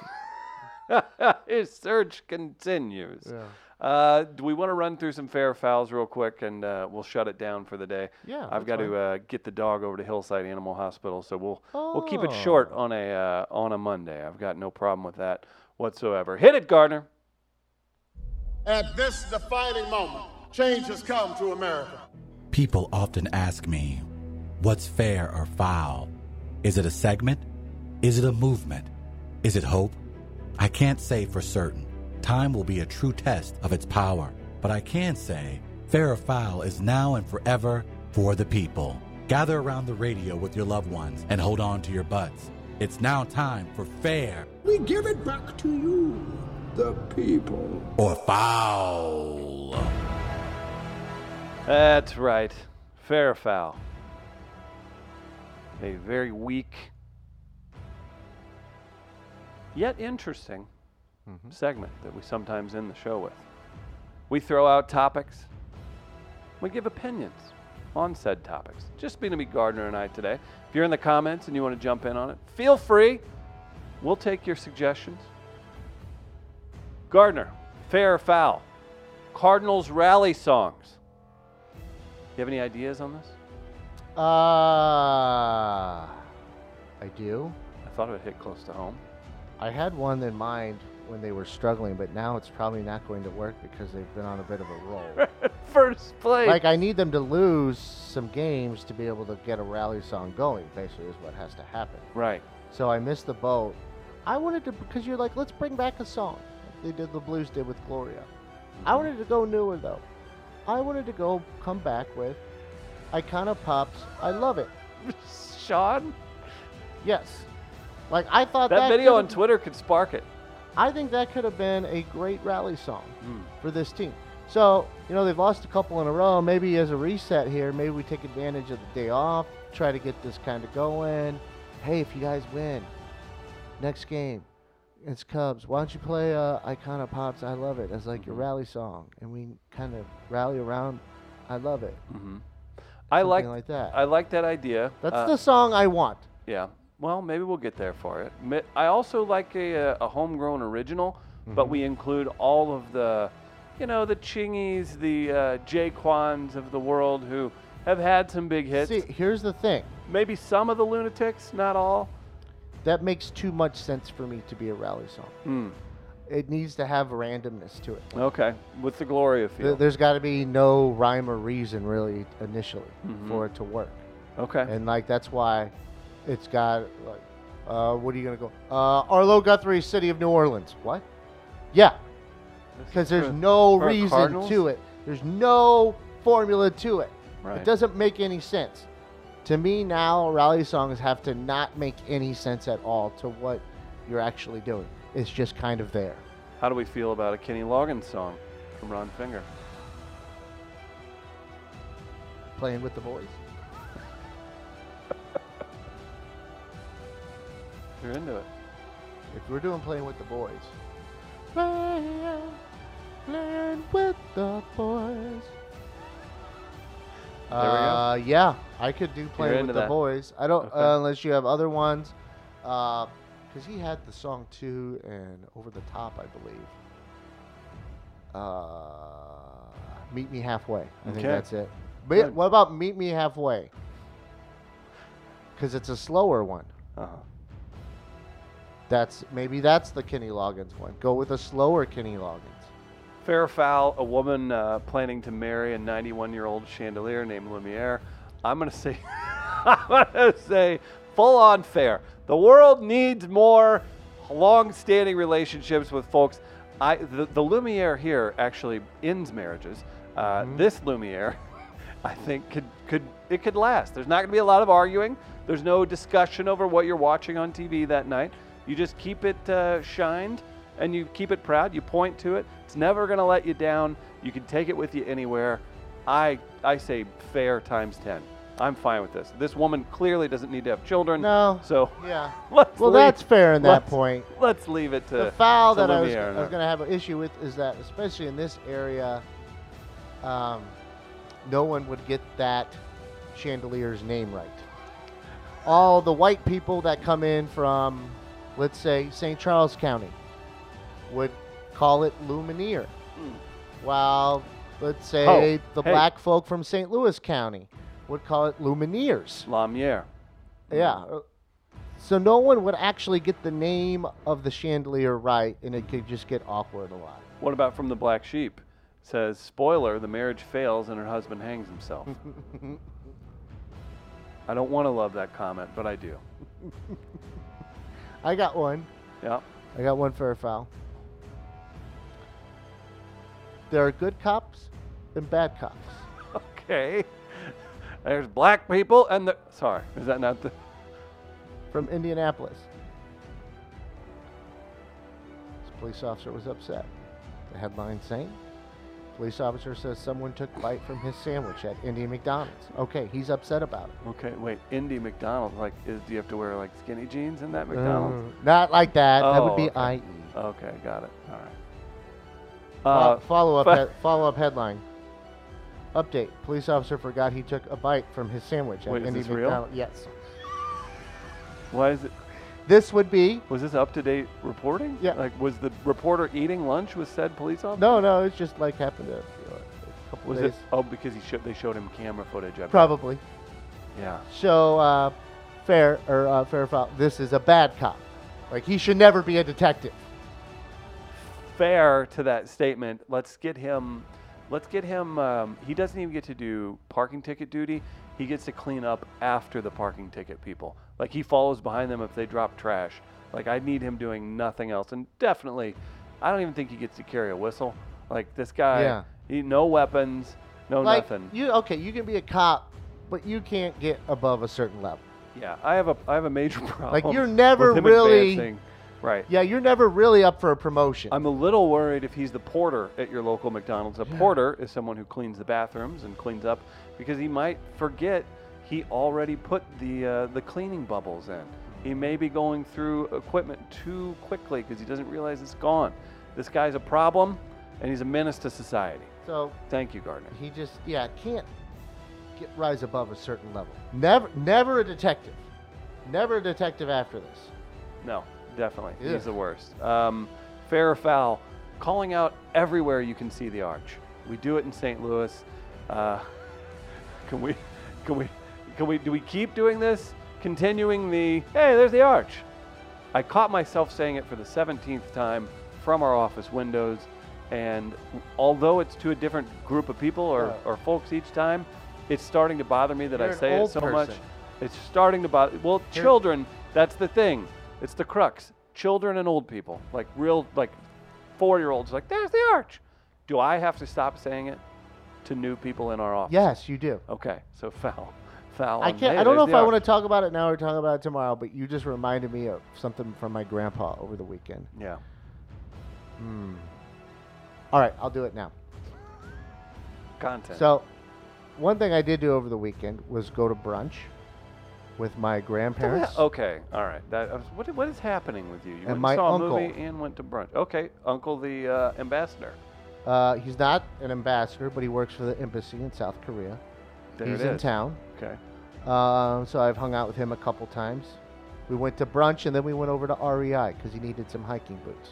A: His search continues.
B: Yeah.
A: Uh, do we want to run through some fair fouls real quick and uh, we'll shut it down for the day?
B: Yeah.
A: I've got to
B: Oh, that's fine.
A: uh, get the dog over to Hillside Animal Hospital, so we'll uh, we'll keep it short
B: Oh.
A: on a uh, on a Monday. I've got no problem with that whatsoever. Hit it, Gardner.
G: At this defining moment, change has come to America.
H: People often ask me, what's fair or foul? Is it a segment? Is it a movement? Is it hope? I can't say for certain. Time will be a true test of its power. But I can say, fair or foul is now and forever for the people. Gather around the radio with your loved ones and hold on to your butts. It's now time for fair
I: We give it back to you, the people.
H: or foul.
A: That's right. Fair foul. A very weak, yet interesting segment that we sometimes end the show with. We throw out topics, we give opinions on said topics. Just going to be Gardner and I today. If you're in the comments and you want to jump in on it, feel free. We'll take your suggestions. Gardner, fair or foul? Cardinals rally songs. You have any ideas on this?
B: Uh, I do.
A: I thought it would hit close to home.
B: I had one in mind when they were struggling, but now it's probably not going to work because they've been on a bit of a roll.
A: First play.
B: like I need them to lose some games to be able to get a rally song going. Basically, is what has to happen.
A: right.
B: So I missed the boat. I wanted to because you're like, let's bring back a song. like They did the blues did with Gloria. I wanted to go newer though. I wanted to go come back with Icona Pops. I love it.
A: Sean,
B: Yes. Like I thought
A: that,
B: that,
A: video on
B: could've-
A: Twitter could spark it.
B: I think that could have been a great rally song
A: Mm.
B: for this team. So, you know, they've lost a couple in a row. Maybe as a reset here, maybe we take advantage of the day off, try to get this kind of going. Hey, if you guys win, next game, it's Cubs. Why don't you play uh, Icona Pops? I love it. As like your
A: Mhm.
B: rally song. And we kind of rally around. I love it.
A: hmm I
B: Something
A: like, uh,
B: like that.
A: I like that idea.
B: That's
A: Uh,
B: the song I want.
A: yeah. Well, maybe we'll get there for it. Mi- I also like a, uh, a homegrown original, but
B: Mm-hmm.
A: we include all of the, you know, the Chingies, the uh, Jaquans of the world who have had some big hits.
B: See, here's the thing.
A: Maybe some of the lunatics, not all.
B: That makes too much sense for me to be a rally song.
A: Hmm.
B: It needs to have randomness to it.
A: Okay. With the Gloria feel.
B: Th- there's got to be no rhyme or reason really initially
A: Mhm.
B: for it to work
A: okay.
B: and like that's why it's got like uh, what are you gonna go uh, arlo guthrie city of new orleans what yeah because there's no
A: for a
B: reason
A: Cardinals?
B: to it there's no formula to it
A: Right.
B: it doesn't make any sense to me now rally songs have to not make any sense at all to what you're actually doing it's just kind of there
A: How do we feel about a Kenny Loggins song from Ron Finger?
B: playing with the boys
A: You're into it.
B: If we're doing playing with the boys. Playing, playing with the boys.
A: There we go.
B: Uh, yeah, I could do
A: You're
B: playing
A: into
B: with the
A: that.
B: boys. I don't
A: Okay.
B: uh, unless you have other ones, Uh, because he had the song too and over the top, I believe. Uh, meet me halfway. I think
A: Okay.
B: that's it. But
A: Good.
B: what about meet me halfway? Because it's a slower one.
A: Uh-huh.
B: That's maybe that's the Kenny Loggins one. Go with a slower Kenny Loggins.
A: Fair or foul, a woman uh, planning to marry a 91-year-old chandelier named Lumiere. I'm gonna say, I'm gonna say, full on fair. The world needs more long-standing relationships with folks. I the, the Lumiere here actually ends marriages. Uh, This Lumiere, I think, could could it could last. There's not gonna be a lot of arguing. There's no discussion over what you're watching on TV that night. You just keep it uh, shined and you keep it proud. You point to it. It's never going to let you down. You can take it with you anywhere. I I say fair times 10. I'm fine with this. This woman clearly doesn't need to have children.
B: No.
A: So
B: Yeah.
A: let's
B: Well,
A: leave-
B: that's fair in that
A: let's-
B: point.
A: Let's leave it to
B: The foul
A: to
B: that I was,
A: Lumiere
B: I
A: and
B: was
A: her.
B: going to have an issue with is that, especially in this area, um, no one would get that chandelier's name right. All the white people that come in from, let's say, St. Charles County, would call it Lumineer. While, let's say,
A: Hmm. Oh,
B: the
A: hey.
B: black folk from St. Louis County would call it Lumineers.
A: Lamiere.
B: Yeah. uh, So no one would actually get the name of the chandelier right, and it could just get awkward a lot.
A: What about from the black sheep? Says spoiler: the marriage fails and her husband hangs himself. I don't want to love that comment, but I do.
B: I got one.
A: Yeah.
B: I got one for a foul. There are good cops and bad cops.
A: Okay. There's black people and the. Sorry, is that not the?
B: From Indianapolis. This police officer was upset. The headline saying, Police officer says someone took bite from his sandwich at Indian McDonald's. Okay, he's upset about it.
A: Okay, wait. Indy McDonald's. Like, is do you have to wear like skinny jeans in that McDonald's?
B: Uh, not like that. that would
A: Oh,
B: be E.
A: okay.
B: IE.
A: Okay, got it. All right.
B: Fo-
A: Uh,
B: follow up.
A: but-
B: he- follow up headline. Update: Police officer forgot he took a bite from his sandwich. at
A: Wait, is
B: Indy
A: this real?
B: McDonald- Yes.
A: why is it?
B: This would be
A: Was this up to date reporting?
B: Yeah.
A: Like, was the reporter eating lunch with said police officer?
B: no, no. It's just like happened a, a couple
A: Was
B: days.
A: it? Oh, because he showed they showed him camera footage. I bet.
B: Probably.
A: Yeah.
B: So uh, fair or uh, fair foul. This is a bad cop. Like he should never be a detective.
A: Fair to that statement. Let's get him. Let's get him. Um, he doesn't even get to do parking ticket duty. He gets to clean up after the parking ticket people. Like he follows behind them if they drop trash. Like I need him doing nothing else. And definitely, I don't even think he gets to carry a whistle. Like this guy.
B: Yeah.
A: He, no weapons. No
B: like
A: nothing.
B: you. Okay, you can be a cop, but you can't get above a certain level.
A: Yeah, I have a I have a major problem.
B: you're never
A: Uh, with him
B: really-
A: advancing. right.
B: Yeah, you're never really up for a promotion.
A: I'm a little worried if he's the porter at your local McDonald's. A porter is someone who cleans the bathrooms and cleans up because he might forget he already put the uh, the cleaning bubbles in. He may be going through equipment too quickly because he doesn't realize it's gone. This guy's a problem, and he's a menace to society.
B: so
A: Thank you, Gardner.
B: He just yeah can't get rise above a certain level. Never never a detective. Never a detective after this.
A: No, definitely.
B: Ugh.
A: He's the worst. Um, fair or foul, calling out everywhere you can see the arch. We do it in St. Louis. Uh, can we, can we, can we, do we keep doing this? Continuing the, hey, there's the arch. I caught myself saying it for the 17th time from our office windows. And although it's to a different group of people or,
B: Yeah.
A: or folks each time, it's starting to bother me that
B: You're
A: I
B: an
A: say it
B: old
A: so much.
B: person.
A: It's starting to bother. Well,
B: Here-
A: children, that's the thing. It's the crux. Children and old people, like real, like four year olds, like, there's the arch. Do I have to stop saying it to new people in our office?
B: Yes, you do.
A: Okay, so foul. Foul.
B: I
A: on,
B: can't.
A: "Hey,
B: I don't know
A: there's
B: if
A: the
B: I
A: arch."
B: want to talk about it now or talk about it tomorrow. But you just reminded me of something from my grandpa over the weekend.
A: Yeah. Hmm.
B: All right, I'll do it now.
A: Content.
B: So, one thing I did do over the weekend was go to brunch with my grandparents.
A: Okay, all right. That, I was- what, what is happening with you? You
B: And
A: went and
B: my
A: saw
B: uncle.
A: a movie and went to brunch. Okay, Uncle the uh, ambassador.
B: Uh, he's not an ambassador, but he works for the embassy in South Korea.
A: There
B: he's
A: it is.
B: in town.
A: Okay.
B: Um, so I've hung out with him a couple times. We went to brunch and then we went over to REI because he needed some hiking boots.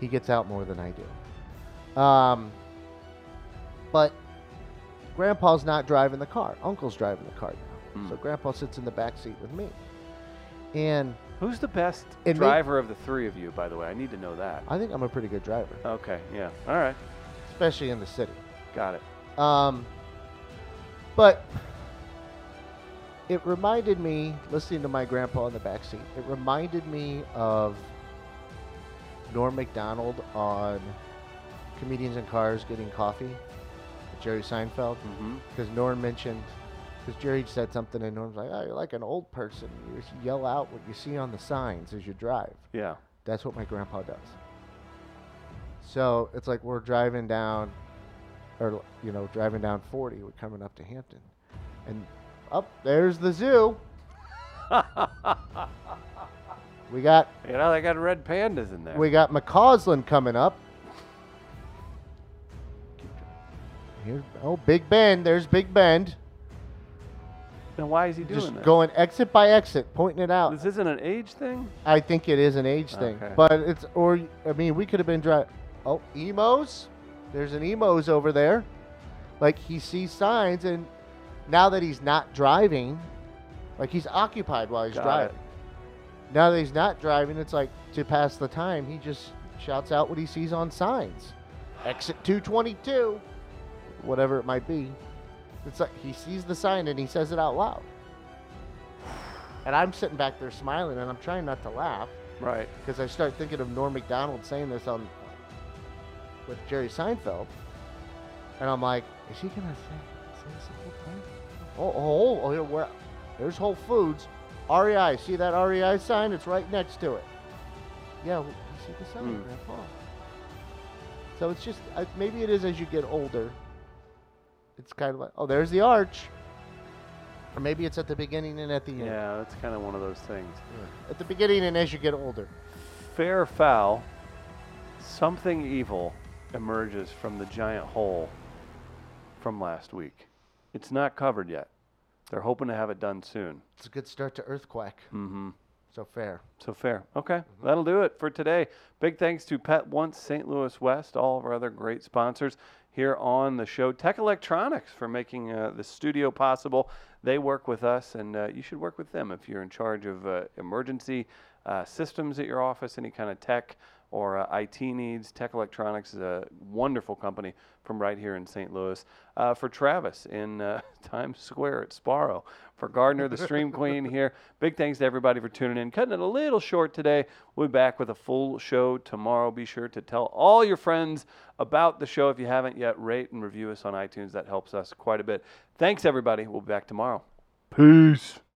B: He gets out more than I do. Um, but Grandpa's not driving the car. Uncle's driving the car now.
A: Mm.
B: So Grandpa sits in the back seat with me. And
A: Who's the best
B: It may-
A: driver of the three of you, by the way? I need to know that.
B: I think I'm a pretty good driver,
A: Okay, yeah. All right,
B: especially in the city.
A: got it.
B: Um, but it reminded me, listening to my grandpa in the backseat, it reminded me of Norm MacDonald on Comedians in Cars Getting Coffee with Jerry Seinfeld.
A: hmm
B: Because Norm mentioned, because Jerry said something, and Norm's like, oh, you're like an old person. You just yell out what you see on the signs as you drive.
A: Yeah.
B: That's what my grandpa does. So it's like we're driving down, or you know, driving down 40. We're coming up to Hampton, and up there's the zoo. we got
A: You know, they got red pandas in there.
B: we got McCausland coming up. Here, oh, Big Bend. There's Big Bend.
A: Then why is he doing
B: Just
A: that?
B: going exit by exit, pointing it out.
A: This isn't an age thing.
B: I think it is an age thing,
A: Okay.
B: but it's or I mean we could have been driving. Oh, emos. There's an emos over there. Like he sees signs, and now that he's not driving, like he's occupied while he's
A: Got
B: driving. Now that he's not driving, it's like to pass the time. He just shouts out what he sees on signs. Exit 222, whatever it might be. It's like he sees the sign and he says it out loud. And I'm sitting back there smiling and I'm trying not to laugh
A: Right.
B: because I start thinking of Norm McDonald saying this on with Jerry Seinfeld, and I'm like, is he gonna say, say this the whole time? Oh, oh, oh, yeah, where? There's Whole Foods, REI. See that REI sign? It's right next to it. Yeah, well, you see the sign,
A: Mm.
B: Grandpa. So it's just I, maybe it is as you get older. It's kind of like, oh, there's the arch. Or maybe it's at the beginning and at the end.
A: Yeah, that's kind of one of those things.
B: At the beginning and as you get older.
A: Fair or foul, something evil emerges from the giant hole from last week. It's not covered yet. They're hoping to have it done soon.
B: It's a good start to Earthquake.
A: Mm-hmm.
B: So fair.
A: So fair. Okay. That'll do it for today. Big thanks to Pet Once, St. Louis West, all of our other great sponsors here on the show. Tech Electronics for making uh, the studio possible. They work with us, and uh, you should work with them if you're in charge of uh, emergency uh, systems at your office, any kind of tech or uh, IT needs. Tech Electronics is a wonderful company from right here in St. Louis. Uh, for Travis in uh, Times Square at Sparrow. For Gardner, the stream queen here. Big thanks to everybody for tuning in. Cutting it a little short today. We'll be back with a full show tomorrow. Be sure to tell all your friends about the show if you haven't yet. Rate and review us on iTunes. That helps us quite a bit. Thanks, everybody. We'll be back tomorrow. Peace.